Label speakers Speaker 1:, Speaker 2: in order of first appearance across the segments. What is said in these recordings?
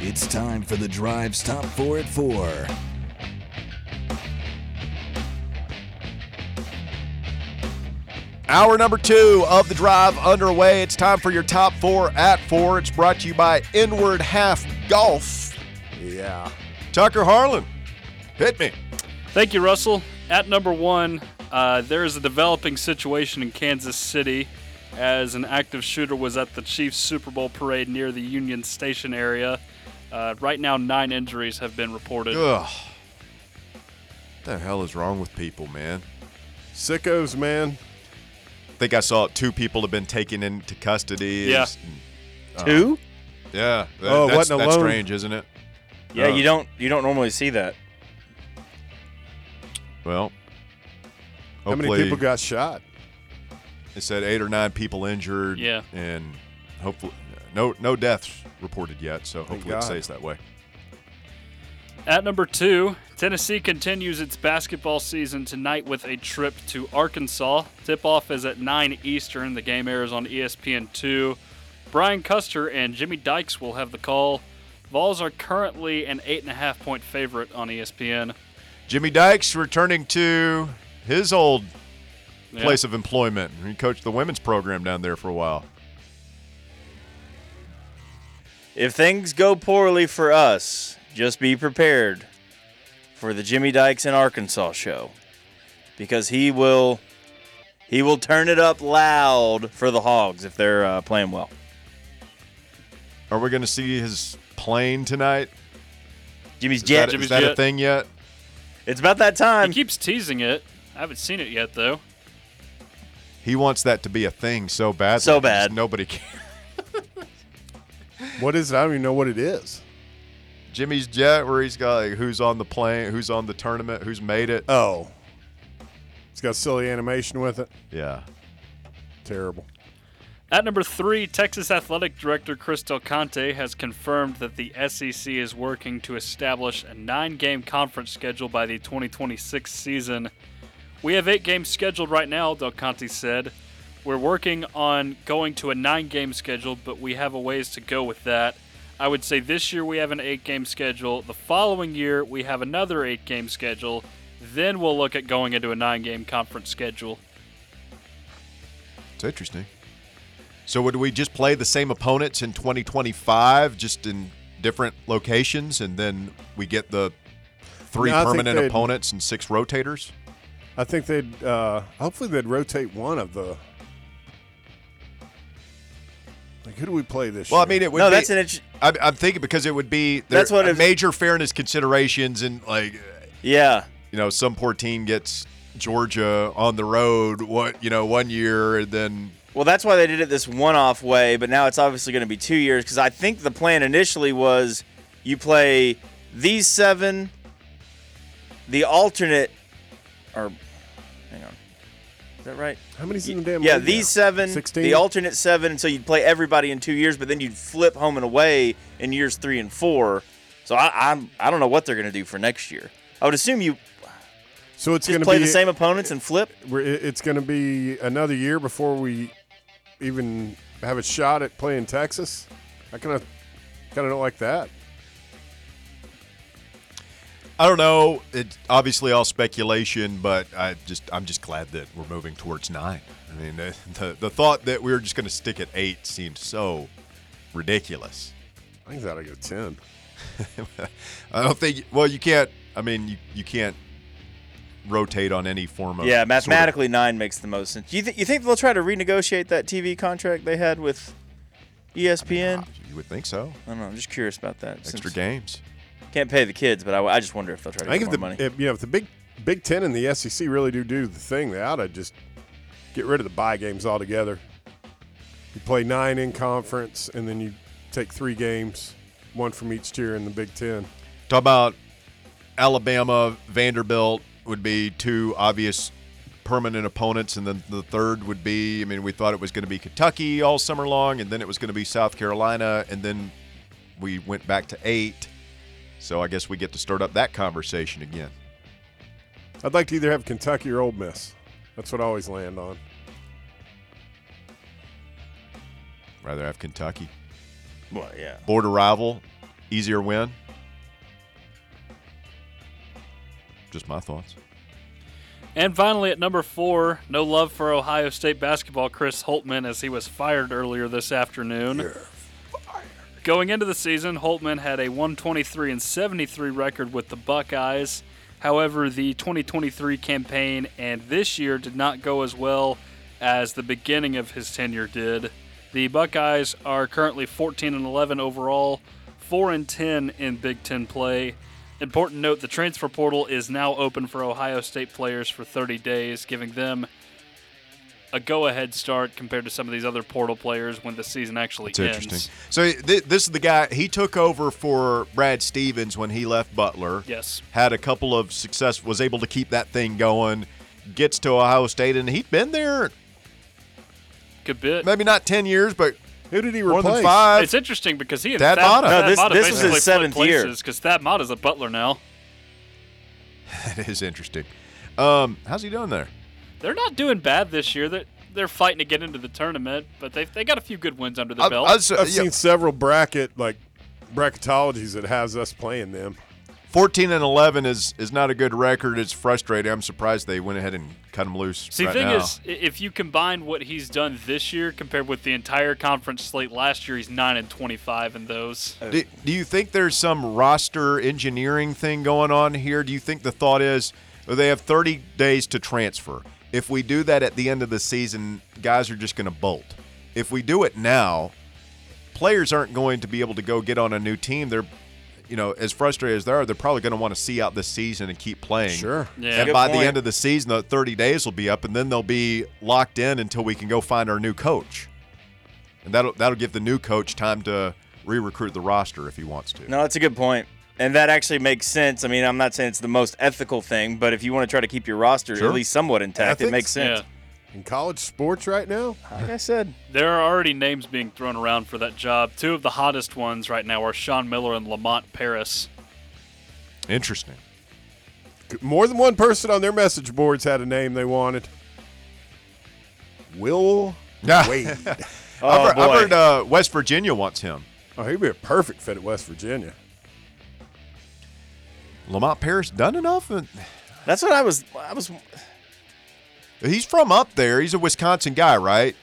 Speaker 1: It's time for the drive's top four at four.
Speaker 2: Hour number two of the drive underway. It's time for your top four at four. It's brought to you by Inward Half Golf. Yeah. Tucker Harlan, hit me.
Speaker 3: Thank you, Russell. At number one, uh, there is a developing situation in Kansas City as an active shooter was at the Chiefs Super Bowl parade near the Union Station area. Uh, right now, nine injuries have been reported.
Speaker 2: Ugh. What the hell is wrong with people, man?
Speaker 4: Sickos, man.
Speaker 2: I think I saw two people have been taken into custody.
Speaker 3: Yeah.
Speaker 5: Two?
Speaker 2: Yeah. that-
Speaker 4: Oh, it
Speaker 2: that's,
Speaker 4: wasn't
Speaker 2: that's
Speaker 4: alone.
Speaker 2: strange, isn't it?
Speaker 5: Yeah,
Speaker 2: Uh,
Speaker 5: you don't you don't normally see that.
Speaker 2: Well,
Speaker 4: How many
Speaker 2: hopefully-
Speaker 4: people got shot?
Speaker 2: It said eight or nine people injured.
Speaker 3: Yeah.
Speaker 2: And hopefully, no no deaths reported yet. So hopefully it
Speaker 4: God.
Speaker 2: stays that way.
Speaker 3: At number two, Tennessee continues its basketball season tonight with a trip to Arkansas. Tip off is at 9 Eastern. The game airs on E ESPN2. Brian Custer and Jimmy Dykes will have the call. Vols are currently an 8.5 point favorite on E ESPN.
Speaker 2: Jimmy Dykes returning to his old
Speaker 3: Yeah.
Speaker 2: place of employment. He coached the women's program down there for a while.
Speaker 5: If things go poorly for us, just be prepared for the Jimmy Dykes in Arkansas show because he will he will turn it up loud for the Hogs if they're uh, playing well.
Speaker 2: Are we going to see his plane tonight?
Speaker 5: Jimmy's
Speaker 2: Is that-
Speaker 5: jet.
Speaker 2: is
Speaker 3: Jimmy's
Speaker 2: that a
Speaker 3: jet.
Speaker 2: thing yet?
Speaker 5: It's about that time.
Speaker 3: He keeps teasing it. I haven't seen it yet, though.
Speaker 2: He wants that to be a thing so badly.
Speaker 5: So bad.
Speaker 2: Just Nobody can.
Speaker 4: What is it? I don't even know what it is.
Speaker 2: Jimmy's jet, where he's got like who's on the plane, who's on the tournament, who's made it.
Speaker 4: Oh. It's got silly animation with it.
Speaker 2: Yeah.
Speaker 4: Terrible.
Speaker 3: At number three, Texas Athletic Director Chris Del Conte has confirmed that the SEC is working to establish a nine game conference schedule by the 2026 season. We have eight games scheduled right now, Del Conte said. We're working on going to a nine game schedule, but we have a ways to go with that. I would say this year we have an eight game schedule. The following year, we have another eight game schedule. Then we'll look at going into a nine game conference schedule.
Speaker 2: It's interesting. So would we just play the same opponents in 2025, just in different locations, and then we get the three
Speaker 4: No, I think
Speaker 2: permanent
Speaker 4: they'd-
Speaker 2: opponents and six rotators?
Speaker 4: I think they'd uh hopefully they'd rotate one of the like who do we play this
Speaker 2: Well, I
Speaker 4: year?
Speaker 2: mean, it would.
Speaker 5: no,
Speaker 2: be,
Speaker 5: that's an itch.
Speaker 2: I'm, I'm thinking because it would be there
Speaker 5: That's what
Speaker 2: are
Speaker 5: it-
Speaker 2: major fairness considerations, and like
Speaker 5: Yeah.
Speaker 2: you know, some poor team gets Georgia on the road, what you know, one year, and then
Speaker 5: Well, that's why they did it this one-off way, but now it's obviously going to be two years because I think the plan initially was you play these seven, the alternate, or hang on, is that right?
Speaker 4: how many's in the damn
Speaker 5: yeah,
Speaker 4: league
Speaker 5: these
Speaker 4: now?
Speaker 5: seven,
Speaker 4: 16?
Speaker 5: the alternate seven, so you'd play everybody in two years, but then you'd flip home and away in years three and four. So I, I'm I don't know what they're going to do for next year. I would assume you
Speaker 4: So it's
Speaker 5: just
Speaker 4: gonna
Speaker 5: play
Speaker 4: be
Speaker 5: the same opponents and flip.
Speaker 4: we're, it- it's going to be another year before we even have a shot at playing Texas. I kind of kind of don't like that.
Speaker 2: I don't know. It's obviously all speculation, but I just I'm just glad that we're moving towards nine. I mean, the the, the thought that we were just going to stick at eight seemed so ridiculous.
Speaker 4: I think that'll go ten.
Speaker 2: I don't think. Well, you can't. I mean, you you can't rotate on any form of
Speaker 5: Yeah,
Speaker 2: sort of-
Speaker 5: mathematically nine makes the most sense. You, th- you think they'll try to renegotiate that TV contract they had with E ESPN? I,
Speaker 2: you would think so.
Speaker 5: don't know. I'm just curious about that.
Speaker 2: Uh, Extra
Speaker 5: since-
Speaker 2: games.
Speaker 5: Can't pay the kids, but I, I just wonder if they'll try to
Speaker 4: I
Speaker 5: get
Speaker 4: think if
Speaker 5: more
Speaker 4: the
Speaker 5: money.
Speaker 4: if, you know if the big Big Ten and the SEC really do do the thing, they ought to just get rid of the bye games altogether. You play nine in conference, and then you take three games, one from each tier in the Big Ten.
Speaker 2: Talk about Alabama, Vanderbilt would be two obvious permanent opponents, and then the third would be. I mean, we thought it was going to be Kentucky all summer long, and then it was going to be South Carolina, and then we went back to eight. So I guess we get to start up that conversation again.
Speaker 4: I'd like to either have Kentucky or Old Miss. That's what I always land on.
Speaker 2: Rather have Kentucky,
Speaker 5: Well, yeah.
Speaker 2: border rival, easier win. Just my thoughts.
Speaker 3: And finally, at number four, no love for Ohio State basketball, Chris Holtman, as he was fired earlier this afternoon. Going into the season, Holtman had a 123 and 73 record with the Buckeyes. However, the 2023 campaign and this year did not go as well as the beginning of his tenure did. The Buckeyes are currently 14 and 11 overall, 4 and 10 in Big 10 play. Important note the transfer portal is now open for Ohio State players for 30 days, giving them a go ahead start compared to some of these other portal players when the season actually
Speaker 2: It's
Speaker 3: ends.
Speaker 2: interesting. So th- this is the guy he took over for Brad Stevens when he left Butler.
Speaker 3: Yes.
Speaker 2: had a couple of success, was able to keep that thing going. Gets to Ohio State, and he'd been there
Speaker 3: Good bit.
Speaker 2: maybe not ten years, but
Speaker 4: Who did he
Speaker 2: more
Speaker 4: replace?
Speaker 2: than five.
Speaker 3: It's interesting because he and
Speaker 2: Thad
Speaker 3: Thad,
Speaker 2: Matta.
Speaker 5: No,
Speaker 3: Thad
Speaker 5: this-
Speaker 3: Matta
Speaker 5: this was
Speaker 3: basically
Speaker 5: his seventh
Speaker 3: flipped
Speaker 5: year.
Speaker 3: places because Thad Matta's a butler now.
Speaker 2: that is interesting. Um, how's he doing there?
Speaker 3: They're not doing bad this year. They're, they're fighting to get into the tournament, but they they got a few good wins under their
Speaker 2: I-
Speaker 3: belt.
Speaker 2: I was-
Speaker 4: I've
Speaker 2: yeah,
Speaker 4: seen several bracket like bracketologies that has us playing them.
Speaker 2: 14 and 11 is is not a good record. It's frustrating. I'm surprised they went ahead and cut him loose.
Speaker 3: See,
Speaker 2: right
Speaker 3: thing
Speaker 2: now.
Speaker 3: is, i- if you combine what he's done this year compared with the entire conference slate last year, he's nine and twenty-five in those.
Speaker 2: Oh. Do, do you think there's some roster engineering thing going on here? Do you think the thought is well, they have 30 days to transfer? If we do that at the end of the season, guys are just going to bolt. If we do it now, players aren't going to be able to go get on a new team. They're, you know, as frustrated as they are, they're probably going to want to see out this season and keep playing.
Speaker 4: Sure.
Speaker 3: Yeah.
Speaker 2: and
Speaker 5: Good
Speaker 2: by the
Speaker 5: point.
Speaker 2: end of the season, the 30 days will be up, and then they'll be locked in until we can go find our new coach. And that'll that'll give the new coach time to re-recruit the roster if he wants to.
Speaker 5: No, that's a good point. And that actually makes sense. I mean, I'm not saying it's the most ethical thing, but if you want to try to keep your roster
Speaker 2: Sure.
Speaker 5: at least somewhat intact,
Speaker 2: Ethics?
Speaker 5: it makes
Speaker 3: Yeah.
Speaker 5: sense.
Speaker 4: In college sports right now,
Speaker 5: Like I said,
Speaker 3: There are already names being thrown around for that job. Two of the hottest ones right now are Sean Miller and Lamont Paris.
Speaker 2: Interesting.
Speaker 4: more than one person on their message boards had a name they wanted. Will
Speaker 2: Yeah.
Speaker 4: Wade.
Speaker 5: oh
Speaker 2: I've, heard-
Speaker 5: boy,
Speaker 2: I've heard uh, West Virginia wants him.
Speaker 4: Oh, he'd be a perfect fit at West Virginia.
Speaker 2: Lamont Paris done enough? And-
Speaker 5: that's what I was. I was
Speaker 2: He's from up there. He's a Wisconsin guy, right?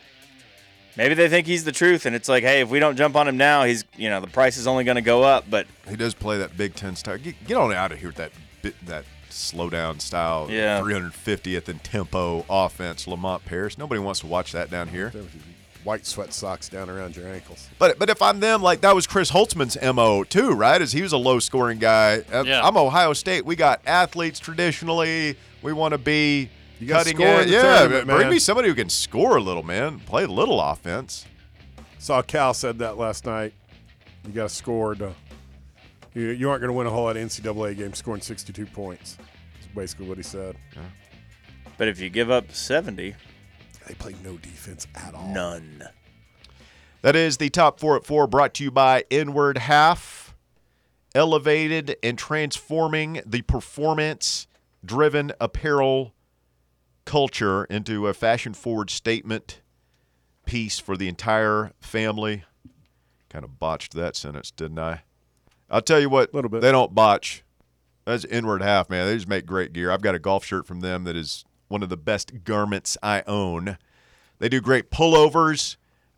Speaker 5: Maybe they think he's the truth, and it's like, hey, if we don't jump on him now, he's you know the price is only going to go up. But
Speaker 2: He does play that Big Ten style. Get, get on out of here with that bit, that slow down style,
Speaker 5: Yeah.
Speaker 2: 350th and tempo offense. Lamont Paris. Nobody wants to watch that down here.
Speaker 4: White sweat socks down around your ankles.
Speaker 2: But but if I'm them, like that was Chris Holtzman's mo too, right? Is he was a low scoring guy. Uh,
Speaker 3: Yeah.
Speaker 2: I'm Ohio State. We got athletes traditionally. We want to be
Speaker 4: You gotta
Speaker 2: cutting
Speaker 4: score in
Speaker 2: edge.
Speaker 4: the
Speaker 2: Yeah,
Speaker 4: tournament,
Speaker 2: bring
Speaker 4: man.
Speaker 2: me somebody who can score a little, man. Play a little offense.
Speaker 4: Saw Cal said that last night. You got to score to. You, you aren't going to win a whole lot of NCAA games scoring 62 points. That's basically what he said.
Speaker 5: but if you give up seventy,
Speaker 4: They play no defense at all.
Speaker 5: none.
Speaker 2: That is the top four at four, brought to you by Inward Half, elevated and transforming the performance-driven apparel culture into a fashion-forward statement piece for the entire family. Kind of botched that sentence, didn't I? I'll tell you what,
Speaker 4: Little bit.
Speaker 2: they don't botch. That's Inward Half, man. They just make great gear. I've got a golf shirt from them that is one of the best garments I own. They do great pullovers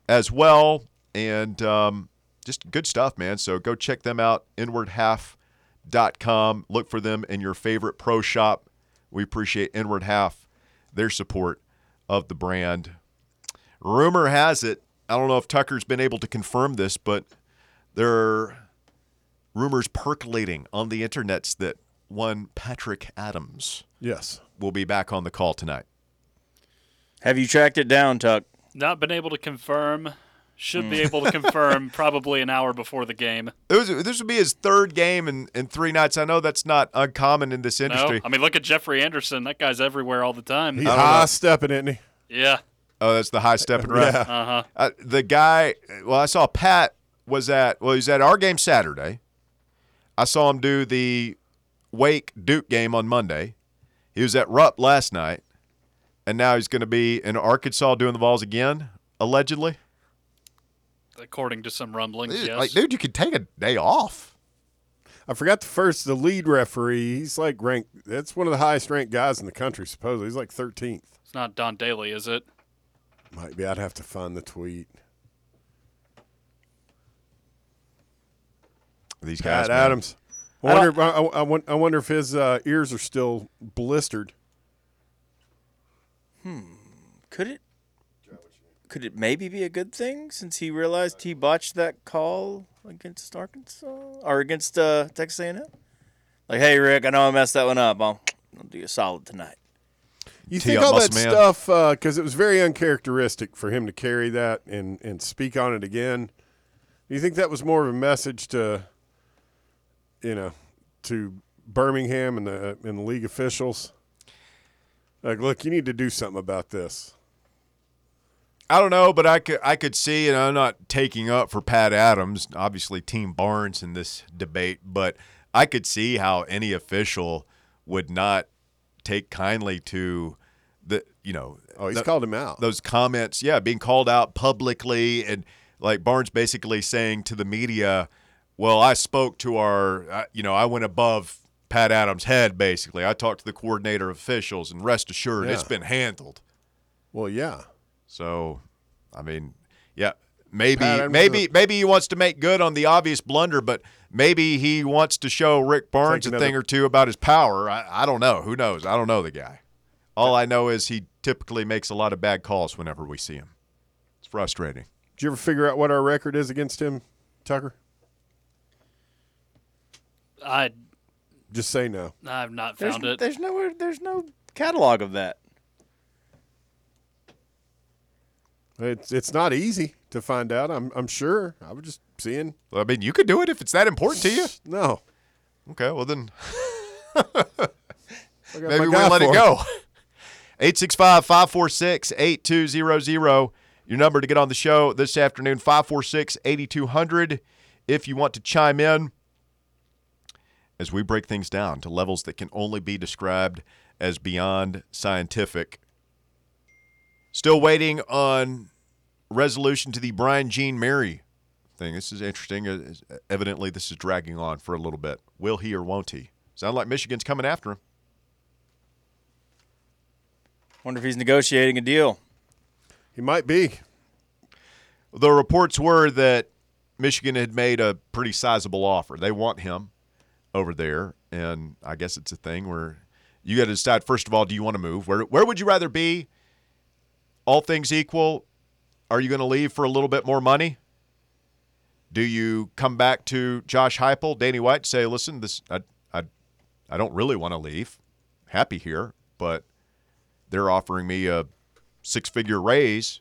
Speaker 2: as well, and um, just good stuff, man. So go check them out, inwardhalf.com. Look for them in your favorite pro shop. We appreciate Inward Half, their support of the brand. Rumor has it, I don't know if Tucker's been able to confirm this, but there are rumors percolating on the internets that one Patrick Adams
Speaker 4: Yes.
Speaker 2: will be back on the call tonight.
Speaker 5: Have you tracked it down, Tuck?
Speaker 3: Not been able to confirm. Should
Speaker 5: Hmm.
Speaker 3: be able to confirm probably an hour before the game.
Speaker 2: It was, this would be his third game in, in three nights. I know that's not uncommon in this
Speaker 3: No,
Speaker 2: industry.
Speaker 3: I mean look at Jeffrey Anderson. That guy's everywhere all the time.
Speaker 4: He's high stepping, isn't he?
Speaker 3: yeah.
Speaker 2: oh, that's the high stepping right.
Speaker 3: Uh huh.
Speaker 2: Uh, the guy, well, I saw Pat was at, well, he's at our game Saturday. I saw him do the Wake Duke game on Monday. He was at Rupp last night, and now he's going to be in Arkansas doing the balls again, allegedly.
Speaker 3: According to some rumblings,
Speaker 2: Dude,
Speaker 3: yes.
Speaker 2: Like, dude, you could take a day off.
Speaker 4: I forgot the first, the lead referee. He's like ranked. That's one of the highest ranked guys in the country. Supposedly, he's like 13th.
Speaker 3: It's not Don Daly, is it?
Speaker 4: Might be. I'd have to find the tweet.
Speaker 2: These guys.
Speaker 4: Pat
Speaker 2: man.
Speaker 4: Adams. I wonder. I, I, I won- I wonder if his uh, ears are still blistered.
Speaker 5: Could it? Could it maybe be a good thing since he realized he botched that call against Arkansas or against uh, Texas A&M? Like, hey Rick, I know I messed that one up. I'll, I'll do you a solid tonight.
Speaker 4: You
Speaker 2: Tee
Speaker 4: think
Speaker 2: up,
Speaker 4: all that
Speaker 2: muscle man.
Speaker 4: stuff because it was very uncharacteristic for him to carry that and and speak on it again. Do you think that was more of a message to, you know, to Birmingham and the uh, and the league officials? Like, look, you need to do something about this.
Speaker 2: I don't know, but I could I could see, and I'm not taking up for Pat Adams, obviously Team Barnes in this debate, but I could see how any official would not take kindly to the you know
Speaker 4: Oh, he's
Speaker 2: the-
Speaker 4: called him out.
Speaker 2: those comments, yeah, being called out publicly, and like Barnes basically saying to the media, "Well, I spoke to our, I- you know, I went above Pat Adams' head. Basically, I talked to the coordinator of officials, and rest assured, it's
Speaker 4: Yeah.
Speaker 2: been handled."
Speaker 4: well, yeah.
Speaker 2: So, I mean, yeah, maybe,
Speaker 4: Pat, I'm
Speaker 2: maybe,
Speaker 4: gonna-
Speaker 2: maybe he wants to make good on the obvious blunder, but maybe he wants to show Rick Barnes
Speaker 4: Take
Speaker 2: a
Speaker 4: another-
Speaker 2: thing or two about his power. I, I don't know. Who knows? I don't know the guy. All I know is he typically makes a lot of bad calls whenever we see him. It's frustrating.
Speaker 4: Did you ever figure out what our record is against him, Tucker?
Speaker 3: I
Speaker 4: Just say no.
Speaker 3: I've not
Speaker 5: There's,
Speaker 3: found it.
Speaker 5: there's nowhere. There's no catalog of that.
Speaker 4: It's it's not easy to find out. I'm I'm sure. I was just seeing.
Speaker 2: I mean, you could do it if it's that important to you.
Speaker 4: No,
Speaker 2: Okay, well then
Speaker 4: I got my
Speaker 2: maybe we
Speaker 4: guy
Speaker 2: let
Speaker 4: for
Speaker 2: it go. 865 546 8200. Your number to get on the show this afternoon 546 8200. If you want to chime in as we break things down to levels that can only be described as beyond scientific. Still waiting on resolution to the Brian Jean Mary thing. This is interesting. Uh, uh, Evidently, this is dragging on for a little bit. Will he or won't he? Sound like Michigan's coming after him.
Speaker 5: Wonder if he's negotiating a deal.
Speaker 4: He might be.
Speaker 2: The reports were that Michigan had made a pretty sizable offer. They want him over there, and I guess it's a thing where you got to decide first of all, do you want to move? Where where would you rather be? All things equal, are you going to leave for a little bit more money? Do you come back to Josh Heupel, Danny White, say, "Listen, this I I, I don't really want to leave. Happy here, but they're offering me a six-figure raise."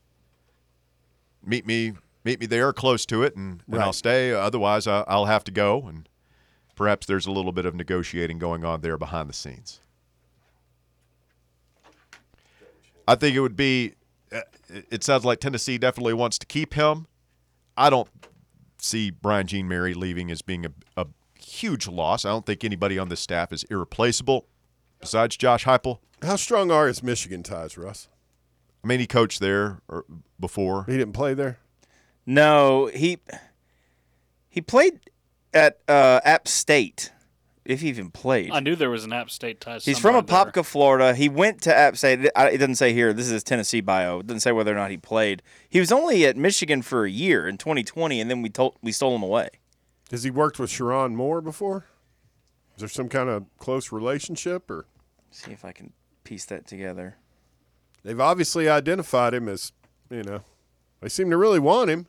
Speaker 2: meet me meet me there close to it and, and I'll
Speaker 4: Right.
Speaker 2: stay otherwise I, I'll have to go and perhaps there's a little bit of negotiating going on there behind the scenes I think it would be uh, it it sounds like Tennessee definitely wants to keep him I don't see Brian Jean Mary leaving as being a, a huge loss I don't think anybody on this staff is irreplaceable besides Josh Heupel
Speaker 4: How strong are his Michigan ties, Russ?
Speaker 2: I mean he coached there or before
Speaker 4: He didn't play there.
Speaker 5: No, he he played at uh, App State, if he even played.
Speaker 3: I knew there was an App State tie.
Speaker 5: He's from
Speaker 3: somewhere
Speaker 5: Apopka, Florida. He went to App State. I- It doesn't say here. This is his Tennessee bio. It doesn't say whether or not he played. He was only at Michigan for a year in 2020, and then we told we stole him away.
Speaker 4: Has he worked with Sharon Moore before? Is there some kind of close relationship, or
Speaker 5: see if I can piece that together.
Speaker 4: they've obviously identified him as you know? They seem to really want him.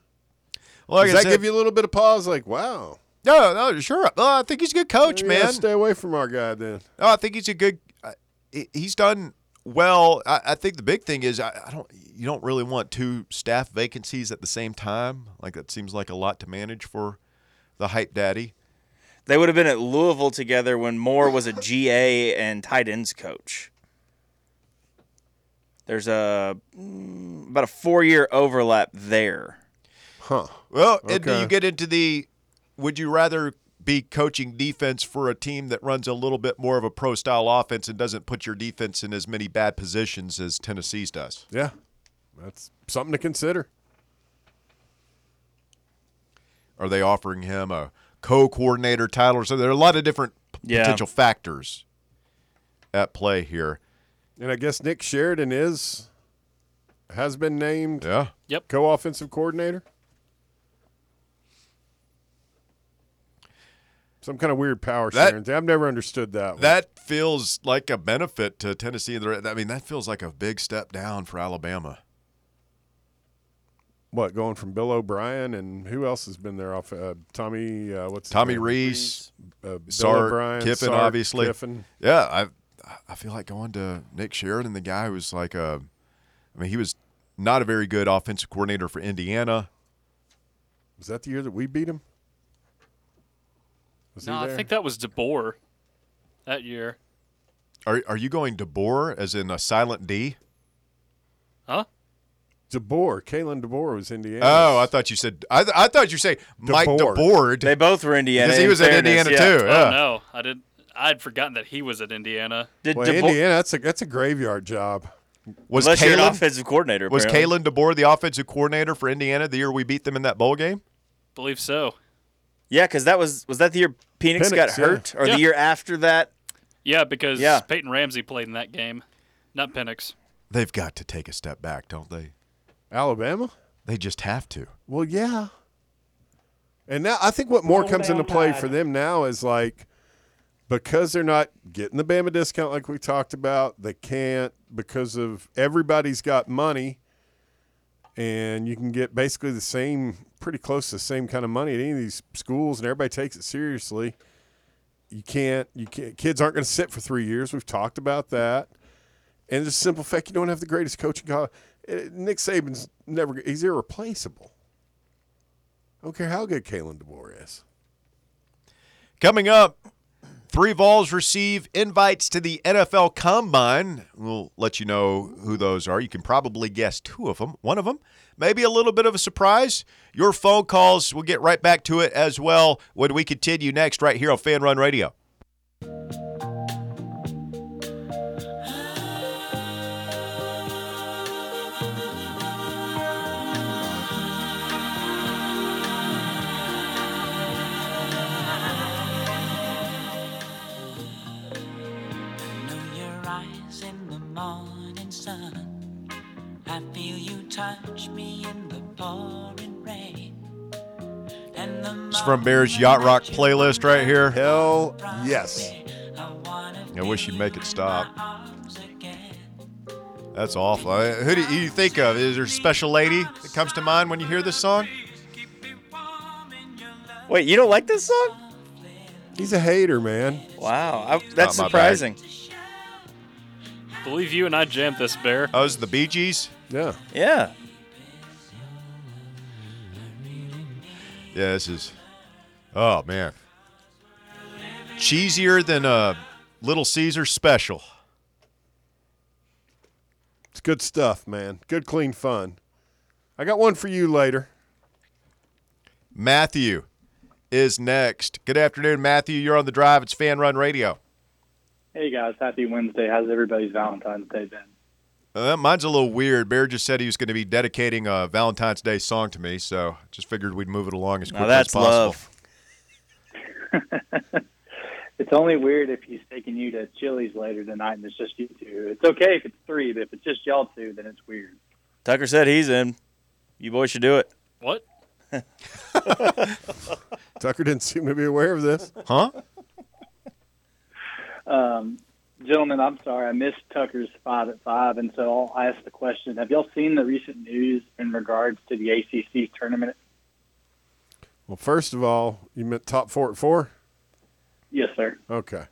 Speaker 2: well, like
Speaker 4: Does
Speaker 2: I
Speaker 4: that
Speaker 2: said-
Speaker 4: give you a little bit of pause? Like, wow,
Speaker 2: no no sure Oh, I think he's a good coach
Speaker 4: Maybe I
Speaker 2: man
Speaker 4: stay away from our guy then.
Speaker 2: No, I think he's a good. I- he- He's done well. I, I think the big thing is I, I don't. You don't really want two staff vacancies at the same time. Like that seems like a lot to manage for the hype daddy.
Speaker 5: They would have been at Louisville together when Moore was a GA and tight ends coach. There's a mm, about a four year overlap there.
Speaker 4: Huh?
Speaker 2: Well, and do
Speaker 4: Okay.
Speaker 2: you get into the? Would you rather be coaching defense for a team that runs a little bit more of a pro style offense and doesn't put your defense in as many bad positions as Tennessee's does?
Speaker 4: Yeah, that's something to consider.
Speaker 2: Are they offering him a co-coordinator title or something. There are a lot of different p-
Speaker 5: Yeah.
Speaker 2: potential factors at play here.
Speaker 4: And I guess Nick Sheridan is has been named
Speaker 2: Yeah.
Speaker 4: co-offensive coordinator. Some kind of weird power
Speaker 2: That-
Speaker 4: sharing thing. I've never understood that. One.
Speaker 2: That feels like a benefit to Tennessee. and the- I mean, that feels like a big step down for Alabama.
Speaker 4: What going from Bill O'Brien and who else has been there? Off uh, Tommy. Uh, what's his
Speaker 2: Tommy
Speaker 4: name?
Speaker 2: Reese,
Speaker 4: Uh, Bill
Speaker 2: Sark,
Speaker 4: O'Brien,
Speaker 2: Kiffin,
Speaker 4: Sark,
Speaker 2: obviously.
Speaker 4: Kiffin.
Speaker 2: Yeah, I I feel like going to Nick Sheridan, the guy who was like a, I mean, he was not a very good offensive coordinator for Indiana.
Speaker 4: Was that the year that we beat him? Was
Speaker 3: No,
Speaker 4: he
Speaker 3: I
Speaker 4: there?
Speaker 3: think that was DeBoer that year.
Speaker 2: Are are you going to Boer as in a silent D?
Speaker 3: Huh?
Speaker 4: DeBoer, Kalen DeBoer was Indiana.
Speaker 2: Oh, I thought you said I, th- I thought you say Mike
Speaker 4: DeBoer.
Speaker 2: DeBoer
Speaker 5: They both were Indiana.
Speaker 2: because he
Speaker 5: in
Speaker 2: was at
Speaker 5: fairness,
Speaker 2: Indiana
Speaker 5: yeah.
Speaker 2: too.
Speaker 3: Oh
Speaker 2: Yeah.
Speaker 3: no, I did. I'd forgotten that he was at Indiana.
Speaker 5: Did
Speaker 4: well,
Speaker 5: DeBo-
Speaker 4: Indiana. That's a that's a graveyard job.
Speaker 2: Was
Speaker 5: unless you're an
Speaker 2: Kalen
Speaker 5: offensive coordinator.
Speaker 2: was
Speaker 5: apparently.
Speaker 2: Kalen DeBoer the offensive coordinator for Indiana the year we beat them in that bowl game?
Speaker 3: Believe so.
Speaker 5: Yeah, because that was was that the year Penix, got
Speaker 4: Penix, yeah.
Speaker 5: hurt, or
Speaker 3: Yeah.
Speaker 5: the year after that?
Speaker 3: Yeah, because
Speaker 5: Yeah.
Speaker 3: Peyton Ramsey played in that game, not Penix.
Speaker 2: They've got to take a step back, don't they?
Speaker 4: Alabama.
Speaker 2: They just have to.
Speaker 4: Well, yeah. And now I think what more comes into play for them now is like because they're not getting the Bama discount like we talked about, they can't because of everybody's got money and you can get basically the same pretty close to the same kind of money at any of these schools and everybody takes it seriously. You can't you can't kids aren't gonna sit for three years. We've talked about that. And just simple fact you don't have the greatest coaching call. Nick Saban's never he's irreplaceable. I don't care how good Kalen DeBoer is.
Speaker 2: Coming up, three Vols receive invites to the NFL Combine. We'll let you know who those are. You can probably guess two of them, one of them, maybe a little bit of a surprise. Your phone calls, we'll get right back to it as well when we continue next right here on Fan Run Radio.
Speaker 6: know your eyes in the morning sun. I feel you touch me in the pouring rain. And the
Speaker 2: It's from Bear's Yacht Rock playlist right here.
Speaker 4: Hell yes.
Speaker 6: I
Speaker 2: I wish you'd make it stop.
Speaker 6: arms again.
Speaker 2: That's awful. I- Who do you think of? Is there a special lady that comes to mind when you hear this song?
Speaker 5: Wait, you don't like this song?
Speaker 4: He's a hater, man.
Speaker 5: Wow, I, that's
Speaker 2: my bag.
Speaker 5: surprising.
Speaker 3: Believe you and I jammed this bear.
Speaker 2: Oh, is it the Bee Gees?
Speaker 4: Yeah.
Speaker 5: Yeah,
Speaker 2: Yeah, this is. Oh man, cheesier than a Little Caesar special.
Speaker 4: It's good stuff, man. Good clean fun. I got one for you later.
Speaker 2: Matthew is next. Good afternoon, Matthew. You're on the drive. It's Fan Run Radio.
Speaker 7: Hey guys, happy Wednesday. How's everybody's Valentine's Day been?
Speaker 2: Uh, that- mine's a little weird. Bear just said he was going to be dedicating a Valentine's Day song to me, so just figured we'd move it along as quickly
Speaker 5: now that's
Speaker 2: as possible.
Speaker 5: love.
Speaker 7: It's only weird if he's taking you to Chili's later tonight and it's just you two. It's okay if it's three, but if it's just y'all two, then it's weird.
Speaker 5: Tucker said he's in. You boys should do it.
Speaker 3: What?
Speaker 4: Tucker didn't seem to be aware of this.
Speaker 2: Huh?
Speaker 7: Um, gentlemen, I'm sorry I missed Tucker's five at five, and so I'll ask the question: Have y'all seen the recent news in regards to the ACC tournament?
Speaker 4: Well, first of all, you meant top four at four?
Speaker 7: Yes, sir.
Speaker 4: Okay.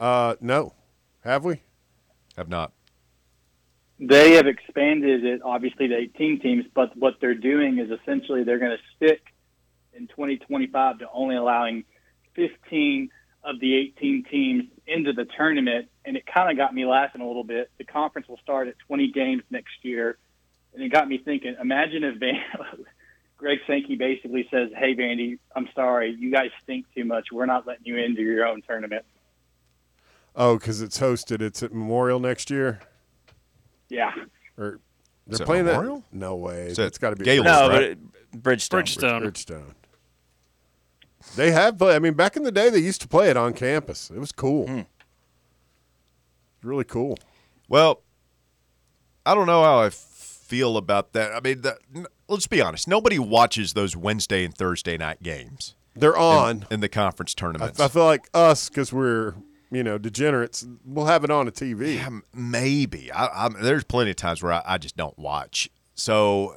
Speaker 4: Uh no. Have we?
Speaker 2: Have not.
Speaker 7: They have expanded it, obviously, to 18 teams, but what they're doing is essentially they're going to stick in 2025 to only allowing 15 of the 18 teams into the tournament. And it kind of got me laughing a little bit. The conference will start at 20 games next year. And it got me thinking imagine if Van, Greg Sankey basically says, Hey, Vandy, I'm sorry, you guys stink too much. We're not letting you into your own tournament.
Speaker 4: Oh, because it's hosted. It's at Memorial next year.
Speaker 7: Yeah.
Speaker 4: Or they're
Speaker 2: Is it
Speaker 4: playing
Speaker 2: Memorial?
Speaker 4: that. No way.
Speaker 2: it
Speaker 4: it's got to be
Speaker 2: Gaylord?
Speaker 5: No,
Speaker 2: Right.
Speaker 5: but it, Bridgestone.
Speaker 3: Bridgestone.
Speaker 4: Bridgestone. They have played. I mean, back in the day, they used to play it on campus. It was cool. Really cool.
Speaker 2: Well, I don't know how I feel about that. I mean, the, n- let's be honest. Nobody watches those Wednesday and Thursday night games
Speaker 4: They're
Speaker 2: in,
Speaker 4: on.
Speaker 2: in the conference
Speaker 4: I,
Speaker 2: tournaments.
Speaker 4: I feel like us because we're you know degenerates. We'll have it on a TV.
Speaker 2: Um, Maybe I, I'm, there's plenty of times where I, I just don't watch. So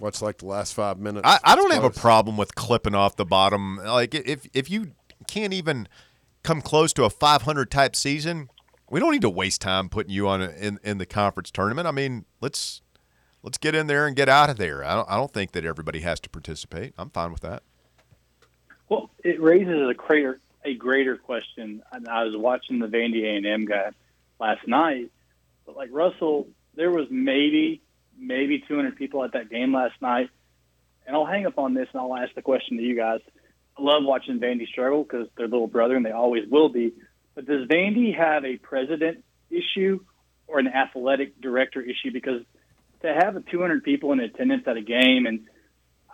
Speaker 4: Watch like the last five minutes.
Speaker 2: I, I don't
Speaker 4: It's
Speaker 2: have a
Speaker 4: close.
Speaker 2: problem with clipping off the bottom. Like if if you can't even come close to a 500 type season, we don't need to waste time putting you on a, in in the conference tournament. I mean, let's let's get in there and get out of there. I don't I don't think that everybody has to participate. I'm fine with that.
Speaker 7: Well, it raises a greater a greater question. And I was watching the Vandy A and M guy last night, but like Russell, there was maybe maybe 200 people at that game last night. And I'll hang up on this and I'll ask the question to you guys. I love watching Vandy struggle because they're little brother and they always will be. But does Vandy have a president issue or an athletic director issue? Because to have 200 people in attendance at a game and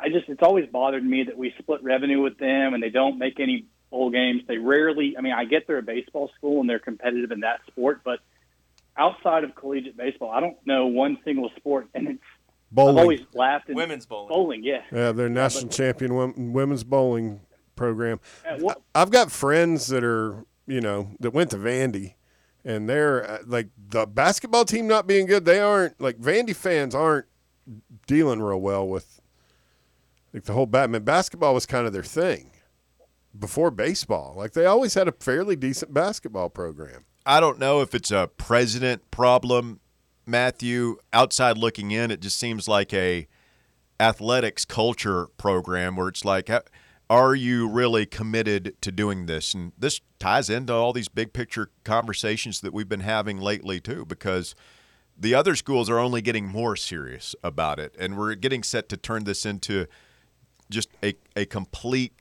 Speaker 7: I just it's always bothered me that we split revenue with them and they don't make any bowl games. They rarely I mean, I get they're a baseball school and they're competitive in that sport, but outside of collegiate baseball, I don't know one single sport and it's
Speaker 4: bowling.
Speaker 7: I've always laughed at
Speaker 5: Women's bowling.
Speaker 7: Bowling, yeah.
Speaker 4: yeah, their national champion wom- women's bowling program.
Speaker 7: Uh, what-
Speaker 4: I've got friends that are, you know, that went to Vandy, and they're uh, like the basketball team not being good. They aren't like Vandy fans aren't dealing real well with like the whole Batman. Basketball was kind of their thing before baseball. Like they always had a fairly decent basketball program.
Speaker 2: I don't know if it's a president problem, Matthew. Outside looking in, it just seems like a athletics culture program where it's like, ha- are you really committed to doing this? And this ties into all these big picture conversations that we've been having lately too, because the other schools are only getting more serious about it, and we're getting set to turn this into just a, a complete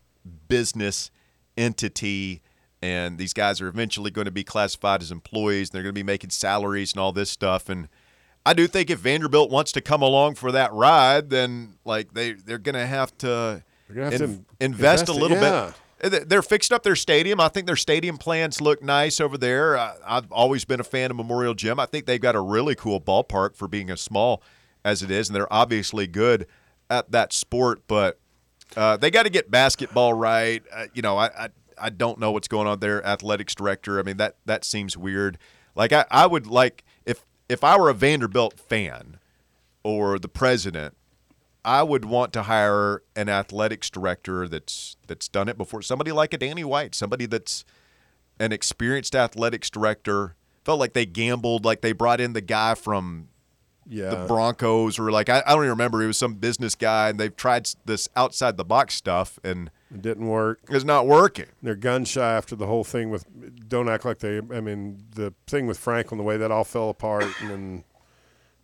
Speaker 2: business entity and these guys are eventually going to be classified as employees and they're going to be making salaries and all this stuff and I do think if Vanderbilt wants to come along for that ride then like they they're going to have to,
Speaker 4: They're gonna have to
Speaker 2: invest,
Speaker 4: invest
Speaker 2: a
Speaker 4: it,
Speaker 2: little
Speaker 4: yeah.
Speaker 2: bit They- Uh, they're fixing up their stadium. I think their stadium plans look nice over there. I, I've always been a fan of Memorial Gym. I think they've got a really cool ballpark for being as small as it is, and they're obviously good at that sport. But uh, they got to get basketball right. Uh, you know, I, I I don't know what's going on there. Athletics director. I mean that that seems weird. Like I, I would like if if I were a Vanderbilt fan or the president, I would want to hire an athletics director that's that's done it before. Somebody like a Danny White, somebody that's an experienced athletics director. Felt like they gambled, like they brought in the guy from
Speaker 4: Yeah,
Speaker 2: the Broncos or like I, I don't even remember. He was some business guy, and they've tried s- this outside the box stuff, and
Speaker 4: it didn't work.
Speaker 2: it's not working.
Speaker 4: They're gun shy after the whole thing with. Don't act like they. I mean, the thing with Franklin, the way that all fell apart, and then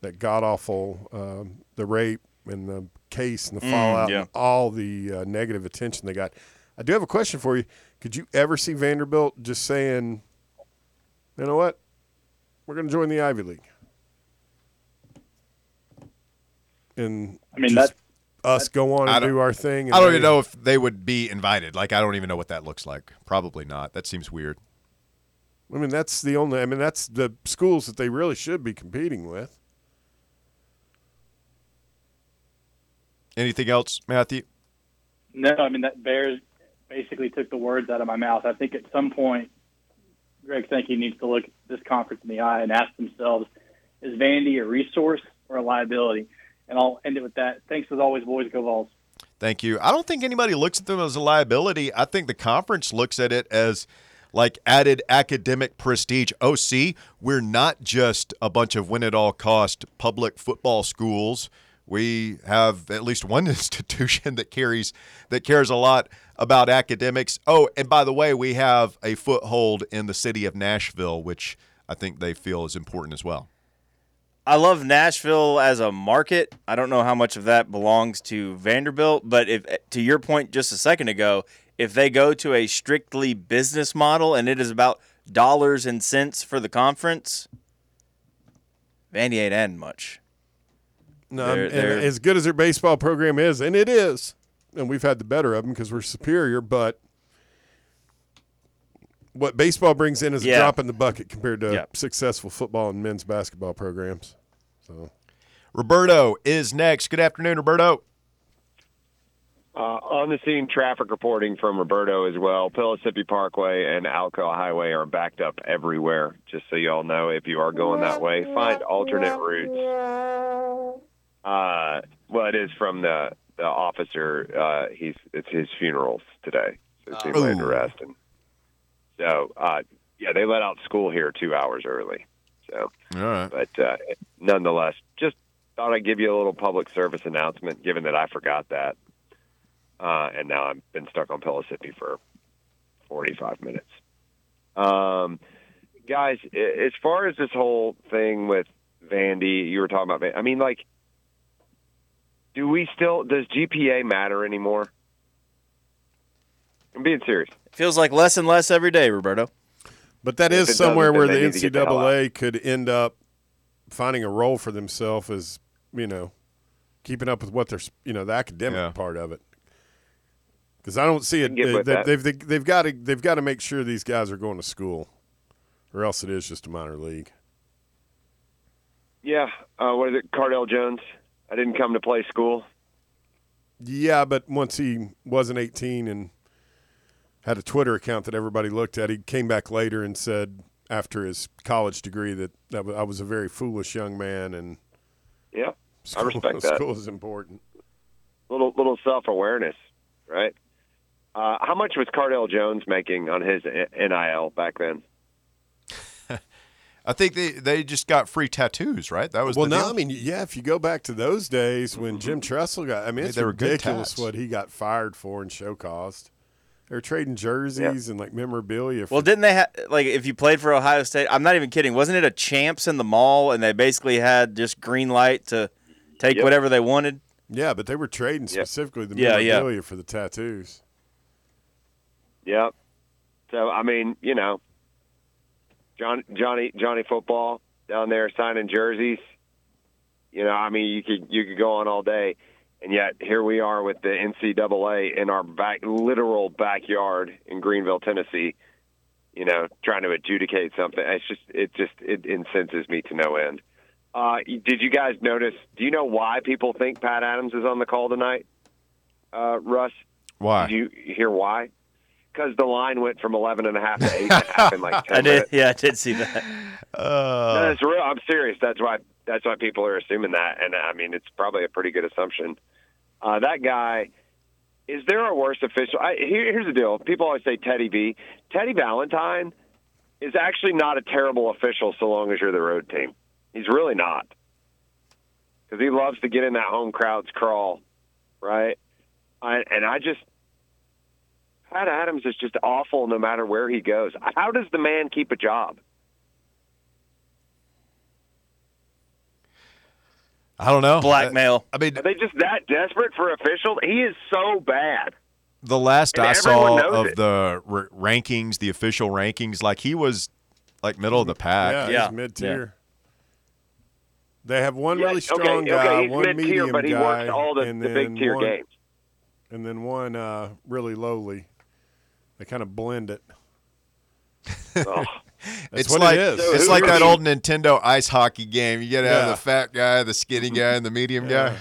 Speaker 4: that god awful, um, the rape and the case and the
Speaker 7: Mm,
Speaker 4: fallout,
Speaker 5: yeah.
Speaker 4: and all the uh, negative attention they got. I do have a question for you. Could you ever see Vanderbilt just saying, "You know what? We're going to join the Ivy League," and
Speaker 7: I
Speaker 4: just
Speaker 7: mean, that's-
Speaker 4: us go on
Speaker 2: I
Speaker 4: and
Speaker 2: don't-
Speaker 4: do our thing? and
Speaker 2: I don't
Speaker 4: they-
Speaker 2: even know if they would be invited. Like I don't even know what that looks like. Probably not. That seems weird.
Speaker 4: I mean, that's the only. I mean, that's the schools that they really should be competing with.
Speaker 2: Anything else, Matthew?
Speaker 7: No, I mean that Bears basically took the words out of my mouth. I think at some point, Greg Sankey needs to look this conference in the eye and ask themselves, is Vandy a resource or a liability? And I'll end it with that. Thanks as always, boys. Go Vols.
Speaker 2: Thank you. I don't think anybody looks at them as a liability. I think the conference looks at it as like added academic prestige. Oh, see, we're not just a bunch of win at all cost public football schools. We have at least one institution that carries that cares a lot about academics. Oh, and by the way, we have a foothold in the city of Nashville, which I think they feel is important as well.
Speaker 5: I love Nashville as a market. I don't know how much of that belongs to Vanderbilt, but if to your point just a second ago, if they go to a strictly business model and it is about dollars and cents for the conference, Vandy ain't adding much.
Speaker 4: No,
Speaker 5: They're-
Speaker 4: and
Speaker 5: they're-
Speaker 4: as good as their baseball program is, and it is, and we've had the better of them because we're superior. But what baseball brings in is
Speaker 5: Yeah.
Speaker 4: a drop in the bucket compared to
Speaker 5: Yeah.
Speaker 4: successful football and men's basketball programs. So
Speaker 2: Roberto is next. Good afternoon, Roberto.
Speaker 8: Uh, on the scene, traffic reporting from Roberto as well. Pellissippi Parkway and Alcoa Highway are backed up everywhere. Just so you all know, if you are going that way, find alternate routes. Uh, well, it is from the the officer. Uh, he's it's his funerals today, so it's
Speaker 2: Oh.
Speaker 8: laid to rest. And so, uh, yeah, they let out school here two hours early. So
Speaker 2: All right.
Speaker 8: but uh, nonetheless, just thought I'd give you a little public service announcement, given that I forgot that, uh, and now I've been stuck on Pellissippi for 45 minutes. Um, guys, a- as far as this whole thing with Vandy, you were talking about. Van- I mean, like, do we still does GPA matter anymore? I'm being serious.
Speaker 5: Feels like less and less every day, Roberto.
Speaker 4: But that is
Speaker 8: If it
Speaker 4: somewhere
Speaker 8: doesn't,
Speaker 4: where
Speaker 8: then
Speaker 4: the
Speaker 8: they need to get the hell out.
Speaker 4: NCAA could end up finding a role for themselves as you know keeping up with what they're s- you know the academic
Speaker 2: Yeah.
Speaker 4: part of it. Because I don't see it.
Speaker 8: get
Speaker 4: They,
Speaker 8: with
Speaker 4: they,
Speaker 8: that.
Speaker 4: they've they, they've got to they've got to make sure these guys are going to school, or else it is just a minor league.
Speaker 8: Yeah. Uh, what is it, Cardell Jones? I didn't come to play school.
Speaker 4: Yeah, but once he wasn't 18 and had a Twitter account that everybody looked at, he came back later and said after his college degree that, that I was a very foolish young man and
Speaker 8: Yeah.
Speaker 4: school,
Speaker 8: respect that.
Speaker 4: school is important.
Speaker 8: little little self awareness, right? Uh, how much was Cardell Jones making on his NIL back then?
Speaker 2: I think they, they just got free tattoos, right? That was
Speaker 4: Well,
Speaker 2: the
Speaker 4: no,
Speaker 2: deal?
Speaker 4: I mean, yeah, if you go back to those days when
Speaker 8: Mm-hmm.
Speaker 4: Jim Tressel got, I mean,
Speaker 2: Yeah,
Speaker 4: it's
Speaker 2: they were good
Speaker 4: ridiculous
Speaker 2: tats.
Speaker 4: what he got fired for in show cost. They were trading jerseys and like memorabilia. For,
Speaker 5: Well, didn't they have like if you played for Ohio State? I'm not even kidding. Wasn't it a champs in the mall, and they basically had just green light to take
Speaker 8: Yep.
Speaker 5: whatever they wanted?
Speaker 4: yeah, but they were trading specifically the
Speaker 5: Yeah, yeah.
Speaker 4: memorabilia for the tattoos.
Speaker 8: Yep. So I mean, you know, John, Johnny Johnny football down there signing jerseys. You know, I mean, you could you could go on all day, and yet here we are with the NCAA in our back literal backyard in Greenville, Tennessee. You know, trying to adjudicate something. It's just it just it incenses me to no end. Uh, did you guys notice? Do you know why people think Pat Adams is on the call tonight, uh, Russ?
Speaker 2: Why?
Speaker 8: Do you hear why? Because the line went from eleven and a half to eight and a half in like 10
Speaker 5: I did.
Speaker 8: minutes.
Speaker 5: Yeah, I did see that.
Speaker 8: No, that's real. I'm serious. That's why. That's why people are assuming that, and uh, I mean, it's probably a pretty good assumption. Uh, that guy. Is there a worse official? I, here, here's the deal. People always say Teddy B. Teddy Valentine is actually not a terrible official so long as you're the road team. He's really not. Because he loves to get in that home crowd's crawl, right? I, and I just, Pat Adams is just awful no matter where he goes. How does the man keep a job?
Speaker 2: I don't know. Uh,
Speaker 5: Blackmail.
Speaker 2: I, I mean,
Speaker 8: Are they just that desperate for officials? He is so bad.
Speaker 2: the last
Speaker 8: And
Speaker 2: I
Speaker 8: everyone
Speaker 2: saw
Speaker 8: knows
Speaker 2: of
Speaker 8: it.
Speaker 2: the r- rankings, the official rankings, like he was like middle of the pack.
Speaker 4: yeah,
Speaker 5: yeah.
Speaker 4: he's mid tier. They have one
Speaker 8: Yeah,
Speaker 4: really strong
Speaker 8: okay,
Speaker 4: guy,
Speaker 8: okay, he's
Speaker 4: one
Speaker 8: mid-tier,
Speaker 4: medium
Speaker 8: but he
Speaker 4: guy,
Speaker 8: works all the,
Speaker 4: and
Speaker 8: the big
Speaker 4: then
Speaker 8: tier
Speaker 4: one,
Speaker 8: games.
Speaker 4: and then one uh, really lowly. They kind of blend it.
Speaker 8: Ugh.
Speaker 4: That's
Speaker 2: it's
Speaker 4: what
Speaker 2: like
Speaker 4: it is.
Speaker 8: So
Speaker 2: it's
Speaker 8: who
Speaker 2: like
Speaker 8: are
Speaker 2: that
Speaker 8: you-
Speaker 2: old Nintendo ice hockey game. You get out of
Speaker 4: Yeah.
Speaker 2: the fat guy, the skinny guy, and the medium guy.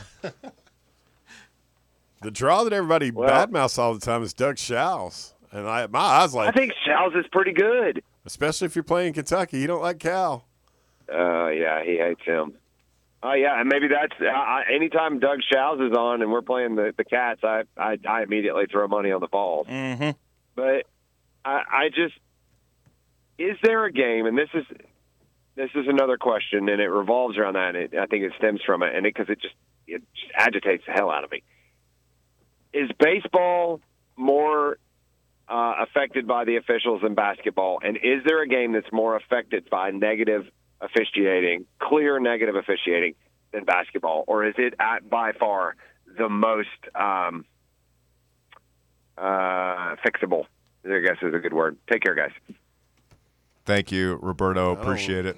Speaker 4: The draw that everybody
Speaker 8: Well-
Speaker 4: badmouths all the time is Doug Shouse, and I my eyes
Speaker 8: I
Speaker 4: like,
Speaker 8: think Shouse is pretty good.
Speaker 4: especially if you're playing Kentucky, you don't like Cal.
Speaker 8: Uh, yeah, he hates him. Oh yeah, and maybe that's uh, I, anytime Doug Shouse is on and we're playing the, the Cats, I, I I immediately throw money on the balls.
Speaker 5: Mm-hmm.
Speaker 8: but I, I just is there a game and this is this is another question and it revolves around that and it, i think it stems from it and it because it just it just agitates the hell out of me is baseball more uh, affected by the officials than basketball and is there a game that's more affected by negative officiating clear negative officiating than basketball or is it at, by far the most um, uh, fixable. I guess is a good word. Take care, guys.
Speaker 2: Thank you, Roberto.
Speaker 4: Oh.
Speaker 2: Appreciate it.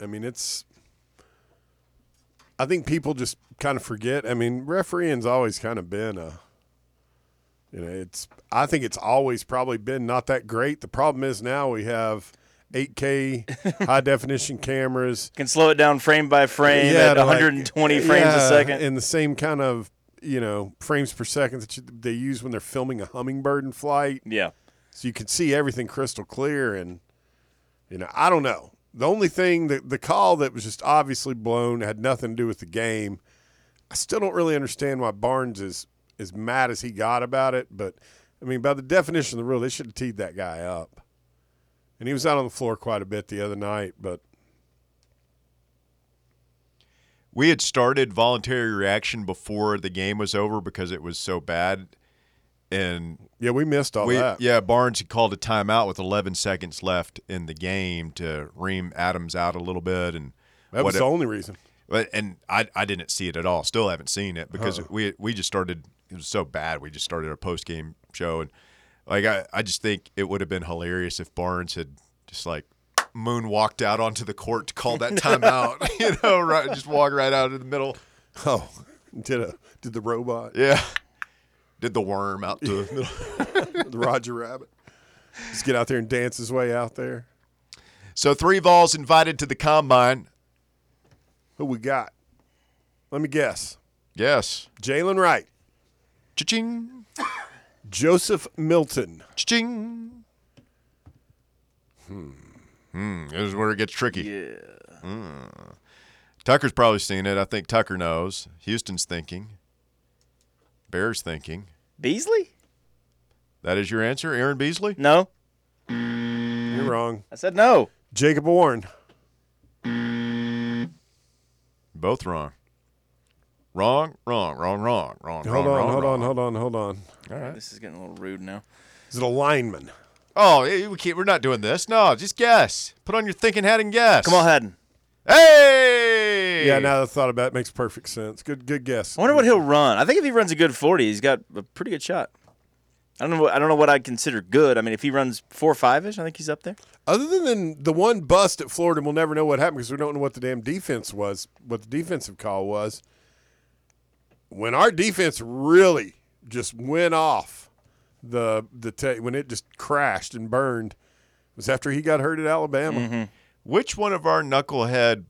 Speaker 4: I mean, it's. I think people just kind of forget. I mean, refereeing's always kind of been a You know, it's I think it's always probably been not that great. The problem is now we have 8K high definition cameras
Speaker 5: Can slow it down frame by frame at
Speaker 4: to, like,
Speaker 5: 120 frames a
Speaker 4: yeah,
Speaker 5: second.
Speaker 4: and the same kind of you know frames per second that you, they use when they're filming a hummingbird in flight.
Speaker 5: yeah.
Speaker 4: so you can see everything crystal clear and you know i don't know the only thing that the call that was just obviously blown had nothing to do with the game i still don't really understand why barnes is as mad as he got about it but i mean by the definition of the rule they should have teed that guy up and he was out on the floor quite a bit the other night but
Speaker 2: We had started voluntary reaction before the game was over because it was so bad, and
Speaker 4: yeah we missed all
Speaker 2: we,
Speaker 4: that
Speaker 2: yeah, Barnes had called a timeout with 11 seconds left in the game to ream Adams out a little bit, and
Speaker 4: that was
Speaker 2: what-
Speaker 4: the only reason
Speaker 2: but- and I I didn't see it at all. Still haven't seen it because
Speaker 4: Uh-huh.
Speaker 2: we we just started. It was so bad. We just started our post game show, and like I I just think it would have been hilarious if Barnes had just like moonwalked out onto the court to call that timeout. you know, right? Just walk right out in the middle.
Speaker 4: oh did a did the robot
Speaker 2: Yeah. Did the worm out to the middle.
Speaker 4: the roger rabbit just get out there and dance his way out there
Speaker 2: So three vols invited to the combine.
Speaker 4: Who we got? Let me guess.
Speaker 2: Yes.
Speaker 4: Jalen Wright,
Speaker 2: Cha-ching.
Speaker 4: Joseph Milton.
Speaker 2: Cha-ching. Hmm. Hmm. This is where it gets tricky. Yeah. Tucker's probably seen it. I think Tucker knows. Houston's thinking. Bears thinking.
Speaker 5: Beasley?
Speaker 2: That is your answer, Aaron Beasley?
Speaker 5: No.
Speaker 4: You're wrong.
Speaker 5: I said no.
Speaker 4: Jacob Warren.
Speaker 2: Both wrong. Wrong, wrong, wrong, wrong, wrong, wrong, wrong,
Speaker 4: Hold on, hold
Speaker 2: wrong.
Speaker 4: on, hold on, hold on.
Speaker 5: This is getting a little rude now.
Speaker 4: Is it a lineman?
Speaker 2: Oh, eh, we can't, we're not doing this. No, just guess. Put on your thinking hat and guess.
Speaker 5: Come on, Haddon.
Speaker 2: Hey!
Speaker 4: Yeah, now that I thought about it, makes perfect sense. Good good guess.
Speaker 5: I wonder what he'll run. I think if he runs a good 40, he's got a pretty good shot. I don't know. what- I don't know what I'd consider good. I mean, if he runs four five ish, I think he's up there.
Speaker 4: Other than- than the one bust at Florida, we'll never know what happened because we don't know what the damn defense was, what the defensive call was. When our defense really just went off the the ta- when it just crashed and burned was after he got hurt at Alabama.
Speaker 2: Which one of our knucklehead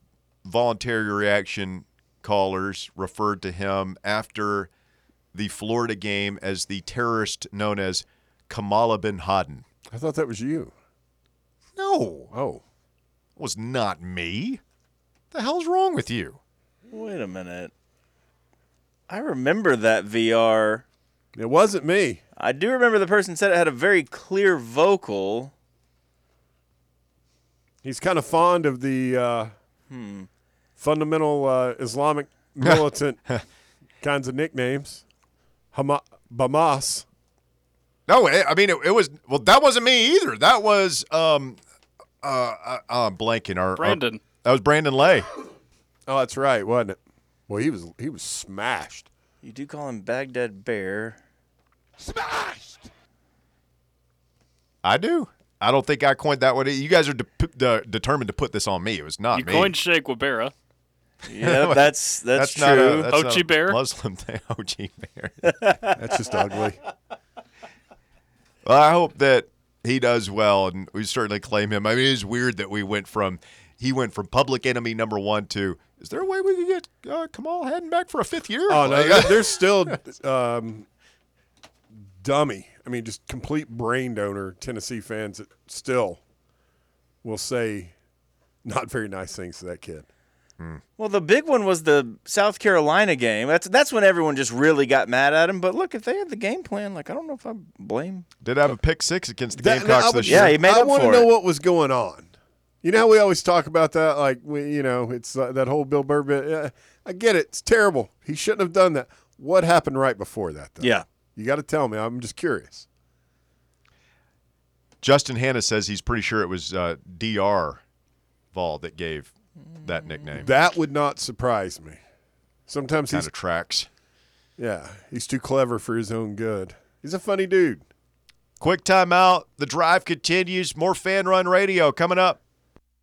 Speaker 2: voluntary reaction callers referred to him after the Florida game as the terrorist known as Kamala bin Laden?
Speaker 4: I thought that was you.
Speaker 2: No,
Speaker 4: Oh.
Speaker 2: it was not me. The hell's wrong with you?
Speaker 5: Wait a minute. I remember that VR.
Speaker 4: It wasn't me.
Speaker 5: I do remember the person said it had a very clear vocal.
Speaker 4: He's kind of fond of the uh, fundamental uh, Islamic militant kinds of nicknames. Hama- Bamas.
Speaker 2: No, it, I mean it, it was well. That wasn't me either. That was um, uh, uh, I'm blanking. Our our-
Speaker 3: Brandon.
Speaker 2: that was Brandon Lay.
Speaker 4: Oh, that's right, wasn't it? Well, he was he was smashed.
Speaker 5: You do call him Baghdad Bear.
Speaker 2: I do. I don't think I coined that one. You guys are de- de- determined to put this on me. It was not
Speaker 3: You
Speaker 2: me.
Speaker 3: coined Sheikh Wabera.
Speaker 5: Yeah, that's
Speaker 2: that's
Speaker 5: that's, true.
Speaker 2: not a that's
Speaker 3: Ho
Speaker 2: not
Speaker 3: Chi
Speaker 2: a
Speaker 3: Bear?
Speaker 2: Muslim thing. Ho Chi Bear.
Speaker 4: That's just ugly.
Speaker 2: well, I hope that he does well, and we certainly claim him. I mean, it is weird that we went from he went from public enemy number one to is there a way we could get uh, Kamal heading back for a fifth year?
Speaker 4: Oh no,
Speaker 2: Like,
Speaker 4: they're, they're still um, dummy. I mean, just complete brain donor. Tennessee fans that still will say not very nice things to that kid.
Speaker 5: Well, the big one was the South Carolina game. That's that's when everyone just really got mad at him. But look, if they had the game plan, like I don't know if I blame.
Speaker 2: did have a pick six against the
Speaker 4: That-
Speaker 2: Gamecocks
Speaker 4: I would-
Speaker 2: this year.
Speaker 5: Yeah, he made
Speaker 4: I
Speaker 5: up
Speaker 4: wanna
Speaker 5: for
Speaker 4: know
Speaker 5: it.
Speaker 4: what was going on. You know, how we always talk about that, like we, you know, it's uh, that whole Bill Burr bit. Uh, I get it; it's terrible. He shouldn't have done that. What happened right before that, though?
Speaker 5: Yeah,
Speaker 4: you got to tell me. I'm just curious.
Speaker 2: Justin Hanna says he's pretty sure it was uh, Dr. Vol that gave that nickname.
Speaker 4: That would not surprise me. Sometimes
Speaker 2: kind
Speaker 4: he's
Speaker 2: of tracks.
Speaker 4: yeah, he's too clever for his own good. He's a funny dude.
Speaker 2: Quick timeout. The drive continues. More fan run radio coming up.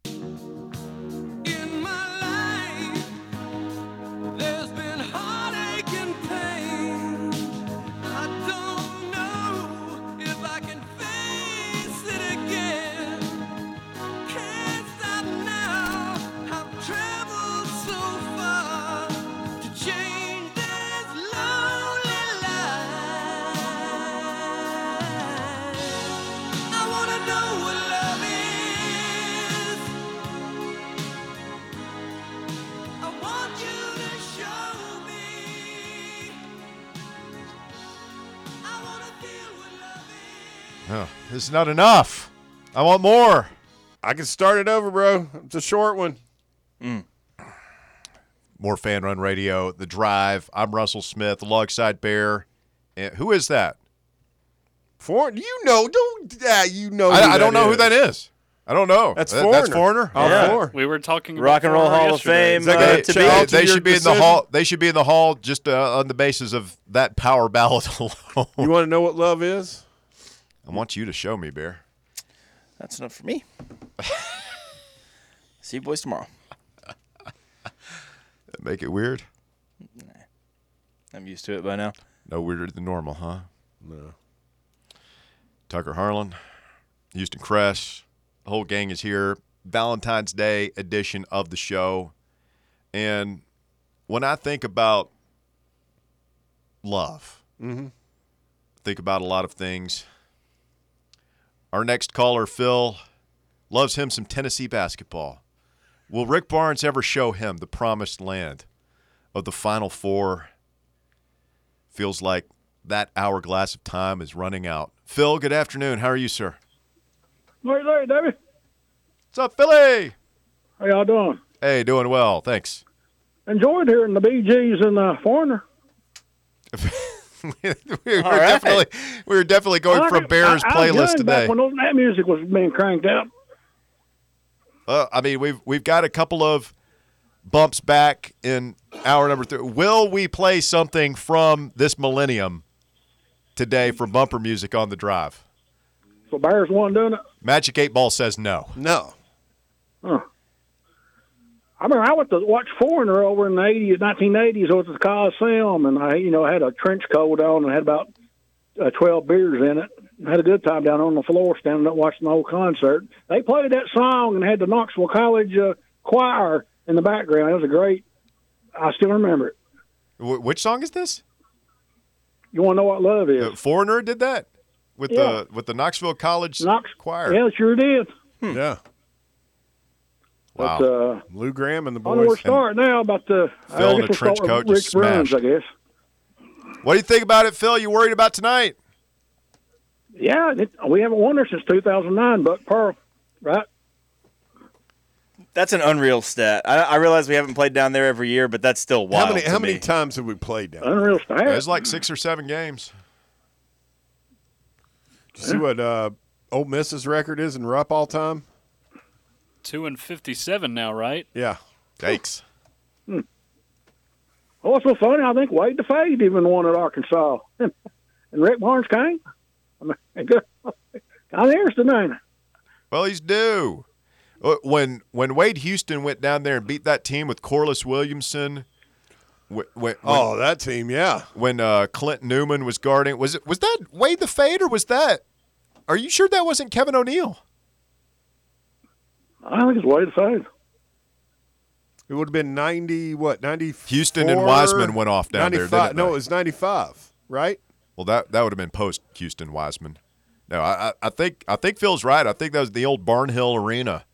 Speaker 9: In my life, there's been heartache and pain. I don't know
Speaker 2: Oh, this is not enough. I want more.
Speaker 4: I can start it over, bro. It's a short one.
Speaker 2: More fan run radio. The drive. I'm Russell Smith, alongside Bear. And who is that?
Speaker 4: Foreign, you know, don't yeah, you know.
Speaker 2: I, I don't know who that is. I don't know.
Speaker 4: That's
Speaker 2: That-
Speaker 4: foreigner. Uh,
Speaker 2: That's foreigner.
Speaker 4: All
Speaker 5: Yeah.
Speaker 4: four.
Speaker 3: We were talking about
Speaker 5: Rock and Roll
Speaker 3: Foreigner
Speaker 5: Hall of
Speaker 3: yesterday.
Speaker 5: Fame.
Speaker 4: Is that gonna
Speaker 5: uh, to
Speaker 4: change?
Speaker 5: be-
Speaker 2: They,
Speaker 4: Out to
Speaker 2: they
Speaker 4: your
Speaker 2: should be in
Speaker 4: decision.
Speaker 2: the hall. They should be in the hall just uh, on the basis of that power ballot alone.
Speaker 4: You want to know what love is?
Speaker 2: I want you to show me, Bear.
Speaker 5: That's enough for me. See you boys tomorrow.
Speaker 2: That make it weird.
Speaker 5: I'm used to it by now.
Speaker 2: No weirder than normal, huh? No. Tucker Harlan, Houston Cress, the whole gang is here. Valentine's Day edition of the show. And when I think about love, think about a lot of things. Our next caller, Phil, loves him some Tennessee basketball. Will Rick Barnes ever show him the promised land of the Final Four? feels like that hourglass of time is running out. Phil, good afternoon. How are you, sir?
Speaker 7: Larry, Larry, David,
Speaker 2: What's up, Philly?
Speaker 7: how y'all doing?
Speaker 2: Hey, doing well. Thanks.
Speaker 7: Enjoyed hearing the BGs and the Foreigner.
Speaker 2: we, were
Speaker 5: right.
Speaker 2: definitely, we were definitely going for a Bears playlist today.
Speaker 7: when that music was being cranked up.
Speaker 2: Uh, I mean, we've we've got a couple of bumps back in hour number three. Will we play something from this millennium today for bumper music on the drive?
Speaker 7: So Bears won doing it.
Speaker 2: Magic Eight Ball says no.
Speaker 4: No.
Speaker 7: Huh. I remember I went to watch Foreigner over in the 80s, 1980s over at the Coliseum, and I, you know, had a trench coat on and had about uh, 12 beers in it. I had a good time down on the floor standing up watching the whole concert. They played that song and had the Knoxville College uh, choir in the background. It was a great, I still remember it.
Speaker 2: Wh- which song is this?
Speaker 7: You want to know what love is?
Speaker 2: Uh, Foreigner did that with
Speaker 7: Yeah.
Speaker 2: the with the Knoxville College
Speaker 7: Knox
Speaker 2: Choir.
Speaker 7: Yeah, it sure did.
Speaker 4: Hmm. Yeah.
Speaker 2: Wow.
Speaker 7: But, uh,
Speaker 4: Lou Graham and the
Speaker 7: I don't know
Speaker 4: boys.
Speaker 7: where to start now about the I
Speaker 2: Phil in
Speaker 7: guess
Speaker 2: a
Speaker 7: we'll
Speaker 2: trench
Speaker 7: start
Speaker 2: coat
Speaker 7: with
Speaker 2: just
Speaker 7: Rick Burns,
Speaker 2: smashed.
Speaker 7: I guess.
Speaker 2: What do you think about it, Phil? You worried about tonight?
Speaker 7: Yeah, it, we haven't won her since 2009, Buck Pearl, right?
Speaker 5: That's an unreal stat. I, I realize we haven't played down there every year, but that's still wild.
Speaker 4: how many
Speaker 5: to
Speaker 4: how many
Speaker 5: me.
Speaker 4: times have we played down?
Speaker 7: Unreal stat.
Speaker 2: It was like six or seven games.
Speaker 4: Did you see what uh, Ole Miss's record is in Rupp all time?
Speaker 3: Two and fifty-seven now, right?
Speaker 4: Yeah.
Speaker 2: Yikes.
Speaker 7: oh, it's so funny. I think Wade DeFade even won at Arkansas. and Rick Barnes came. I mean, good. Kind of interesting, ain't it?
Speaker 2: Well, he's due. Uh, When when Wade Houston went down there and beat that team with Corliss Williamson, when, when,
Speaker 4: Oh, that team, yeah.
Speaker 2: when uh, Clint Newman was guarding, was it was that Wade the Fade or was that? Are you sure that wasn't Kevin O'Neal?
Speaker 7: I think it's Wade DeFade.
Speaker 4: It would have been ninety what, ninety
Speaker 2: Houston and Wiseman went off down there, didn't
Speaker 4: No,
Speaker 2: they?
Speaker 4: it was ninety five, right?
Speaker 2: Well, that that would have been post Houston Wiseman. No, I, I I think I think Phil's right. I think that was the old Barnhill Arena.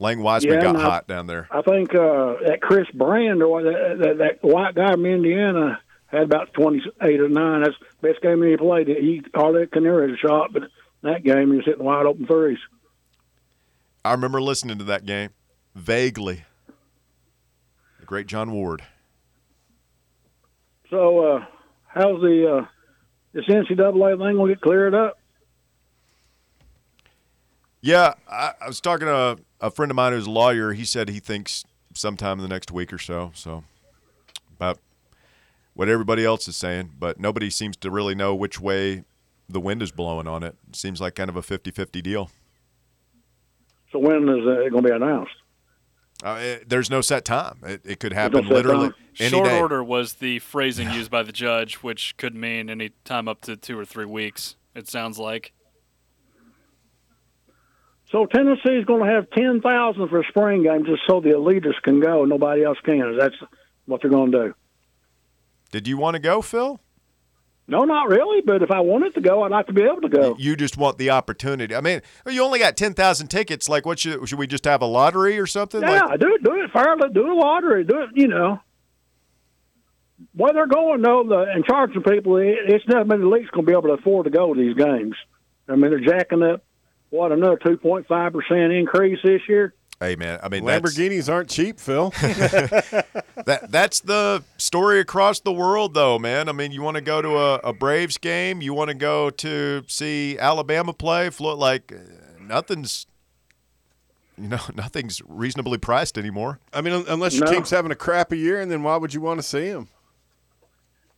Speaker 2: Lang Wiseman
Speaker 7: Yeah,
Speaker 2: got
Speaker 7: and I-
Speaker 2: hot down there.
Speaker 7: I think uh, that Chris Brand or that, that, that white guy from Indiana had about 28 or 9. That's the best game he played. He hardly Canary had a shot, but that game he was hitting wide open threes.
Speaker 2: I remember listening to that game vaguely. The great John Ward.
Speaker 7: So, uh, how's the uh, this NCAA thing gonna get cleared up?
Speaker 2: Yeah, I, I was talking to a, a friend of mine who's a lawyer. He said he thinks sometime in the next week or so. So, about what everybody else is saying, but nobody seems to really know which way the wind is blowing on it. It seems like kind of a 50 50 deal.
Speaker 7: So when is uh, it gonna be announced?
Speaker 2: Uh, it, there's no set time. It, it could happen
Speaker 7: set
Speaker 2: literally
Speaker 7: time.
Speaker 2: any
Speaker 3: Short
Speaker 2: day.
Speaker 3: order was the phrasing used by the judge, which could mean any time up to two or three weeks. It sounds like.
Speaker 7: So Tennessee's gonna have ten thousand for spring game just so the elitists can go. and Nobody else can. That's what they're gonna do.
Speaker 2: Did you want to go, Phil?
Speaker 7: No, not really. But if I wanted to go, I'd like to be able to go.
Speaker 2: You just want the opportunity. I mean, you only got ten thousand tickets. Like, what should should we just have a lottery or something?
Speaker 7: Yeah,
Speaker 2: Like,
Speaker 7: do it. Do it fairly. Do a lottery. Do it. You know. Where they're going though, the, and charging people, it, it's nothing. but The league's gonna be able to afford to go to these games.
Speaker 10: I mean, they're jacking up what another two point five percent increase this year.
Speaker 2: Hey man, I mean that's,
Speaker 4: Lamborghinis aren't cheap, Phil.
Speaker 2: that that's the story across the world though, man. I mean, you want to go to a, a Braves game, you want to go to see Alabama play, Flo- like uh, nothing's you know, nothing's reasonably priced anymore.
Speaker 4: I mean, un- unless your
Speaker 10: No.
Speaker 4: team's having a crappy year, and then why would you want to see him?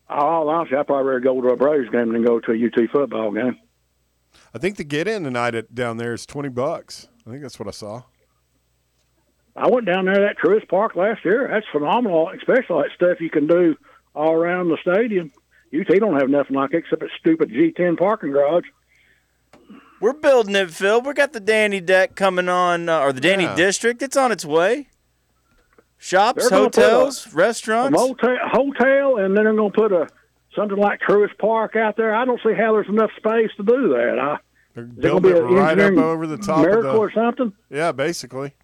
Speaker 10: All honestly, I'd probably rather go to a Braves game than go to a UT football game.
Speaker 4: I think the get in tonight at, down there is twenty bucks. I think that's what I saw.
Speaker 10: I went down there to that tourist park last year. That's phenomenal, especially all that stuff you can do all around the stadium. UT don't have nothing like it except that stupid G10 parking garage.
Speaker 5: We're building it, Phil. We got the Danny deck coming on, uh, or the Danny
Speaker 4: Yeah.
Speaker 5: district. It's on its way. Shops,
Speaker 10: They're gonna put
Speaker 5: hotels,
Speaker 10: A
Speaker 5: restaurants.
Speaker 10: motel, hotel, and then they're going to put a something like tourist park out there. I don't see how there's enough space to do that. I,
Speaker 4: They're
Speaker 10: is it going to
Speaker 4: building
Speaker 10: be
Speaker 4: it
Speaker 10: an
Speaker 4: right up
Speaker 10: engineering
Speaker 4: over the top of
Speaker 10: miracle or
Speaker 4: the.
Speaker 10: something?
Speaker 4: Yeah, basically.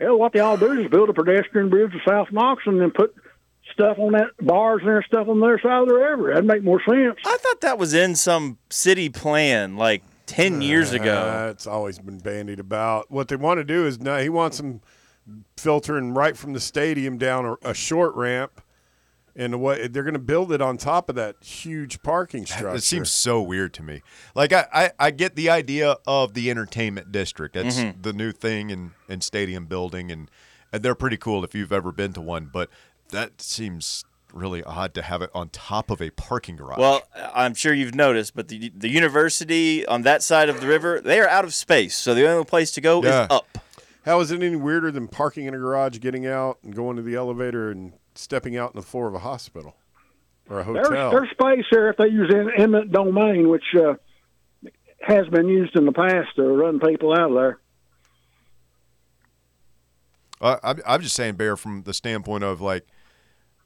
Speaker 10: Hell, what they all do is build a pedestrian bridge to South Knox and then put stuff on that bars and stuff on their side of the river. That'd make more sense.
Speaker 5: I thought that was in some city plan like 10 years ago.
Speaker 4: Uh, it's always been bandied about. What they want to do is now he wants them filtering right from the stadium down a, a short ramp, and what they're going to build it on top of that huge parking structure.
Speaker 2: It seems so weird to me. Like I, I, I get the idea of the entertainment district. That's the new thing in, in stadium building and, and they're pretty cool if you've ever been to one, but that seems really odd to have it on top of a parking garage.
Speaker 5: Well, I'm sure you've noticed, but the, the university on that side of the river, they are out of space. So the only place to go
Speaker 2: Yeah.
Speaker 5: is up.
Speaker 4: How is it any weirder than parking in a garage, getting out, and going to the elevator and stepping out on the floor of a hospital or a
Speaker 10: There's,
Speaker 4: hotel?
Speaker 10: there's space there if they use in, eminent domain, which uh, has been used in the past to run people out of there.
Speaker 2: Uh, I'm, I'm just saying, Bear, from the standpoint of like,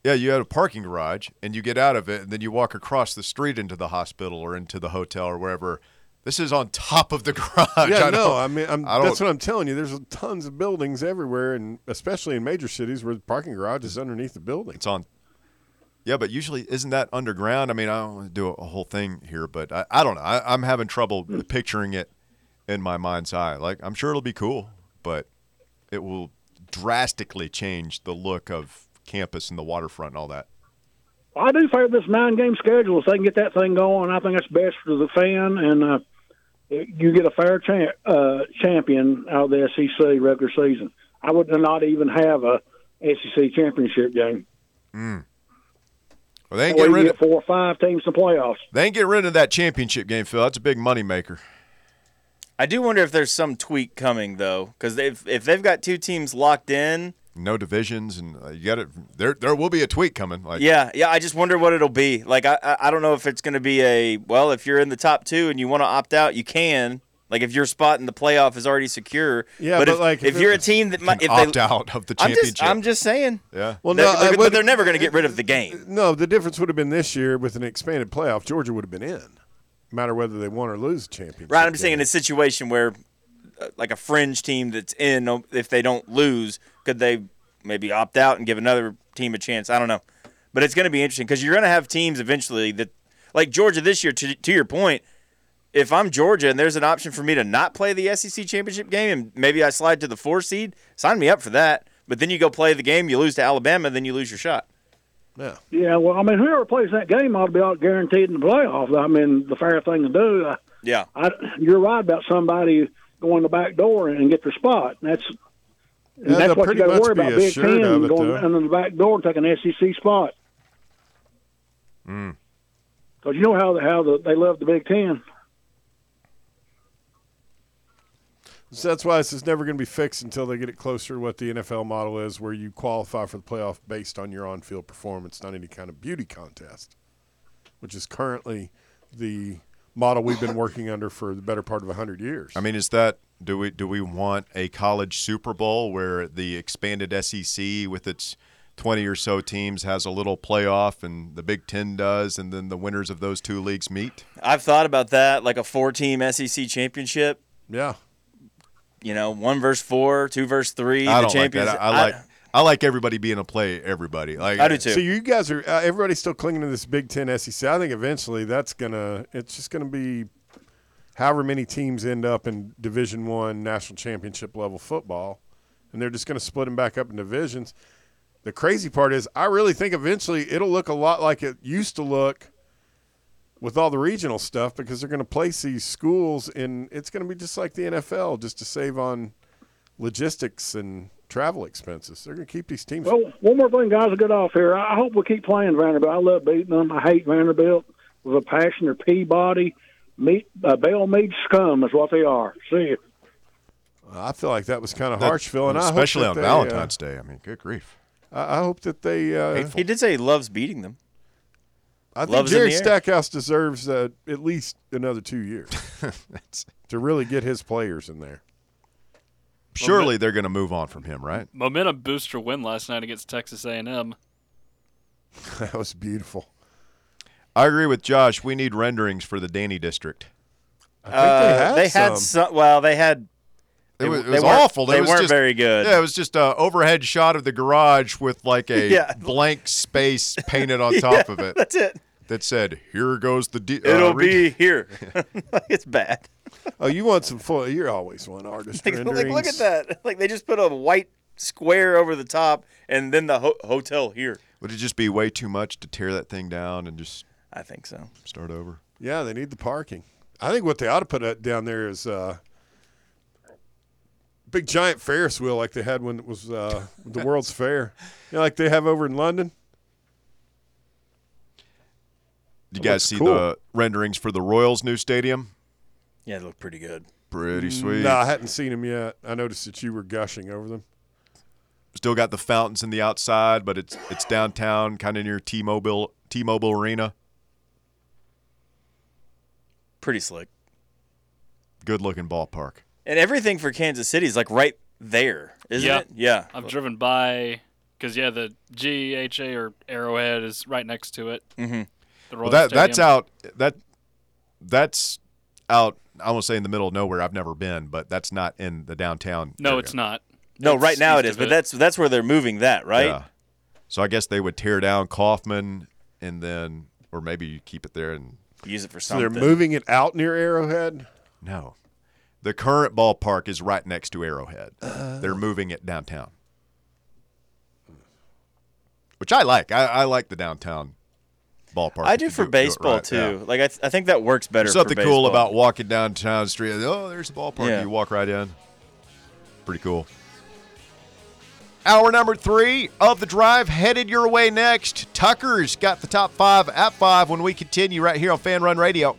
Speaker 2: yeah, you had a parking garage and you get out of it and then you walk across the street into the hospital or into the hotel or wherever. This is on top of the garage.
Speaker 4: yeah,
Speaker 2: I
Speaker 4: no,
Speaker 2: know.
Speaker 4: I mean, I'm,
Speaker 2: I don't-
Speaker 4: that's what I'm telling you. There's tons of buildings everywhere, and especially in major cities where the parking garage is underneath the building.
Speaker 2: It's on. Yeah, but usually isn't that underground? I mean, I don't want to do a whole thing here, but I, I don't know. I, I'm having trouble
Speaker 4: Hmm.
Speaker 2: picturing it in my mind's eye. Like, I'm sure it'll be cool, but it will drastically change the look of campus and the waterfront and all that.
Speaker 10: I do favor this nine game schedule. If they can get that thing going, I think that's best for the fan, and uh, you get a fair champ, uh, champion out of the SEC regular season. I would not even have a SEC championship game.
Speaker 2: Well, they
Speaker 10: That way
Speaker 2: ain't getting
Speaker 10: you
Speaker 2: rid of
Speaker 10: get four or five teams in the playoffs.
Speaker 2: They ain't getting rid of that championship game, Phil. That's a big moneymaker.
Speaker 5: I do wonder if there's some tweak coming, though, because if, if they've got two teams locked in,
Speaker 2: No divisions, and uh, you got to There, there will be a tweet coming. Like,
Speaker 5: Yeah, yeah. I just wonder what it'll be. Like, I, I- I don't know if it's going to be a well. If you're in the top two and you want to opt out, you can. Like, if your spot in the playoff is already secure.
Speaker 4: Yeah, but,
Speaker 5: if,
Speaker 4: like,
Speaker 5: if,
Speaker 4: if it
Speaker 5: you're a
Speaker 4: was-
Speaker 5: team that might if
Speaker 2: opt
Speaker 5: they,
Speaker 2: out of the
Speaker 5: I'm
Speaker 2: championship.
Speaker 5: just I'm just saying.
Speaker 2: yeah.
Speaker 4: Well,
Speaker 5: They're- they're-
Speaker 4: I
Speaker 5: but
Speaker 4: would-
Speaker 5: they're never going to get rid of the game.
Speaker 4: No, the difference would have been this year with an expanded playoff. Georgia would have been in, no matter whether they won or lose the championship.
Speaker 5: Right. I'm just
Speaker 4: game.
Speaker 5: saying in a situation where, uh, like a fringe team that's in, uh, if they don't lose, could they maybe opt out and give another team a chance? I don't know, but it's going to be interesting because you're going to have teams eventually that, like Georgia this year. To, to your point, if I'm Georgia and there's an option for me to not play the SEC championship game and maybe I slide to the four seed, sign me up for that. But then you go play the game, you lose to Alabama, then you lose your shot.
Speaker 10: Yeah, well, I mean, whoever plays that game ought to be out guaranteed in the playoffs. I mean, the fair thing to do. I,
Speaker 5: Yeah.
Speaker 10: I, you're right about somebody going the back door and get their spot. And that's and
Speaker 4: Yeah, they'll
Speaker 10: that's what you
Speaker 4: pretty
Speaker 10: got to
Speaker 4: much
Speaker 10: worry
Speaker 4: be
Speaker 10: about. Big
Speaker 4: assured
Speaker 10: Ten
Speaker 4: of it,
Speaker 10: going
Speaker 4: though.
Speaker 10: under the back door and taking an SEC spot.
Speaker 4: Mm.
Speaker 10: Because you know how how the, they love the Big Ten.
Speaker 4: So that's why this is never going to be fixed until they get it closer to what the NFL model is, where you qualify for the playoff based on your on-field performance, not any kind of beauty contest, which is currently the model we've been working under for the better part of hundred years.
Speaker 2: I mean, is that do we do we want a college Super Bowl where the expanded SEC with its twenty or so teams has a little playoff, and the Big Ten does, and then the winners of those two leagues meet?
Speaker 5: I've thought about that, like a four-team SEC championship.
Speaker 4: yeah,
Speaker 5: you know, one verse four, two verse three.
Speaker 2: I don't
Speaker 5: the
Speaker 2: like
Speaker 5: champions.
Speaker 2: that. I, I like. I, I like everybody being a play everybody. Like
Speaker 5: I do too.
Speaker 4: So you guys are uh, everybody's still clinging to this Big Ten SEC. I think eventually that's gonna it's just gonna be however many teams end up in Division One national championship level football, and they're just gonna split them back up in divisions. The crazy part is, I really think eventually it'll look a lot like it used to look with all the regional stuff because they're going to place these schools in. It's going to be just like the NFL, just to save on logistics and travel expenses. They're going to keep these teams.
Speaker 10: Well, one more thing, guys, to get off here. I I hope we keep playing Vanderbilt. I love beating them. I hate Vanderbilt with a passion. They're Peabody, meat, uh, Bell Mead scum is what they are. See you.
Speaker 4: I feel like that was kind of harsh, Phil, and I hope
Speaker 2: especially
Speaker 4: that
Speaker 2: on
Speaker 4: they, uh,
Speaker 2: Valentine's Day. I mean, good grief.
Speaker 4: I I hope that they. Uh,
Speaker 5: He did say he loves beating them.
Speaker 4: I think
Speaker 5: Love's in
Speaker 4: Jerry
Speaker 5: the air.
Speaker 4: Stackhouse deserves uh, at least another two years
Speaker 2: That's-
Speaker 4: to really get his players in there.
Speaker 2: surely they're going to move on from him, right?
Speaker 3: Momentum booster win last night against Texas A&M.
Speaker 4: that was beautiful.
Speaker 2: I agree with Josh. We need renderings for the Danny district.
Speaker 4: I
Speaker 5: Uh, they had
Speaker 4: some.
Speaker 5: some. Well, they had
Speaker 2: It was, it
Speaker 5: they
Speaker 2: was
Speaker 5: weren't-
Speaker 2: awful. It
Speaker 5: they
Speaker 2: was
Speaker 5: weren't
Speaker 2: just-
Speaker 5: very good.
Speaker 2: Yeah, it was just a overhead shot of the garage with like a
Speaker 5: Yeah.
Speaker 2: blank space painted on top of it
Speaker 4: Uh,
Speaker 5: That's it.
Speaker 2: that said, "Here goes the." D- uh,
Speaker 5: It'll
Speaker 2: re-
Speaker 5: be here. Like, it's bad.
Speaker 4: Oh, you want some full? You're always one artist.
Speaker 5: Like, like, look at
Speaker 4: renderings.
Speaker 5: that. Like they just put a white square over the top, and then the ho- hotel here.
Speaker 2: Would it just be way too much to tear that thing down and just
Speaker 5: I think so.
Speaker 2: start over?
Speaker 4: Yeah, they need the parking. I think what they ought to put up down there is uh, big giant Ferris wheel like they had when it was uh, the World's Fair, you know, like they have over in London.
Speaker 2: You
Speaker 4: That
Speaker 2: guys
Speaker 4: looks
Speaker 2: see
Speaker 4: cool.
Speaker 2: the renderings for the Royals' new stadium?
Speaker 5: Yeah, it looked pretty good. Mm,
Speaker 2: Pretty sweet.
Speaker 4: No, I hadn't seen them yet. I noticed that you were gushing over them.
Speaker 2: Still got the fountains in the outside, but it's it's downtown, kind of near T-Mobile T-Mobile Arena.
Speaker 5: Pretty slick.
Speaker 2: Good looking ballpark.
Speaker 5: And everything for Kansas City is like right there, isn't
Speaker 3: Yeah.
Speaker 5: it? Yeah.
Speaker 3: I've driven by because yeah, the GHA or Arrowhead is right next to it. Mm-hmm. The Royal
Speaker 2: Well, that that's
Speaker 3: Stadium.
Speaker 2: out that that's out. I won't say in the middle of nowhere. I've never been, but that's not in the downtown.
Speaker 3: No,
Speaker 2: area.
Speaker 3: it's not.
Speaker 5: No,
Speaker 3: It's
Speaker 5: right now it
Speaker 3: east
Speaker 5: is,
Speaker 3: of
Speaker 5: but that's that's where they're moving that, right?
Speaker 2: Yeah. So I guess they would tear down Kaufman and then, or maybe you keep it there and
Speaker 5: Use it for
Speaker 4: So
Speaker 5: something.
Speaker 4: they're moving it out near Arrowhead.
Speaker 2: no. The current ballpark is right next to Arrowhead.
Speaker 5: Uh.
Speaker 2: They're moving it downtown, which I like. I, I like the downtown ballpark.
Speaker 5: I
Speaker 2: if
Speaker 5: do
Speaker 2: you
Speaker 5: for
Speaker 2: it
Speaker 5: baseball
Speaker 2: right.
Speaker 5: too.
Speaker 2: Yeah.
Speaker 5: Like I, th- I think that works better.
Speaker 2: There's
Speaker 5: for
Speaker 2: something cool
Speaker 5: baseball.
Speaker 2: about walking downtown the street. Oh, there's the ballpark.
Speaker 5: Yeah.
Speaker 2: You walk right in. Pretty cool. Hour number three of the drive headed your way next. Tucker's got the top five at five when we continue right here on Fan Run Radio.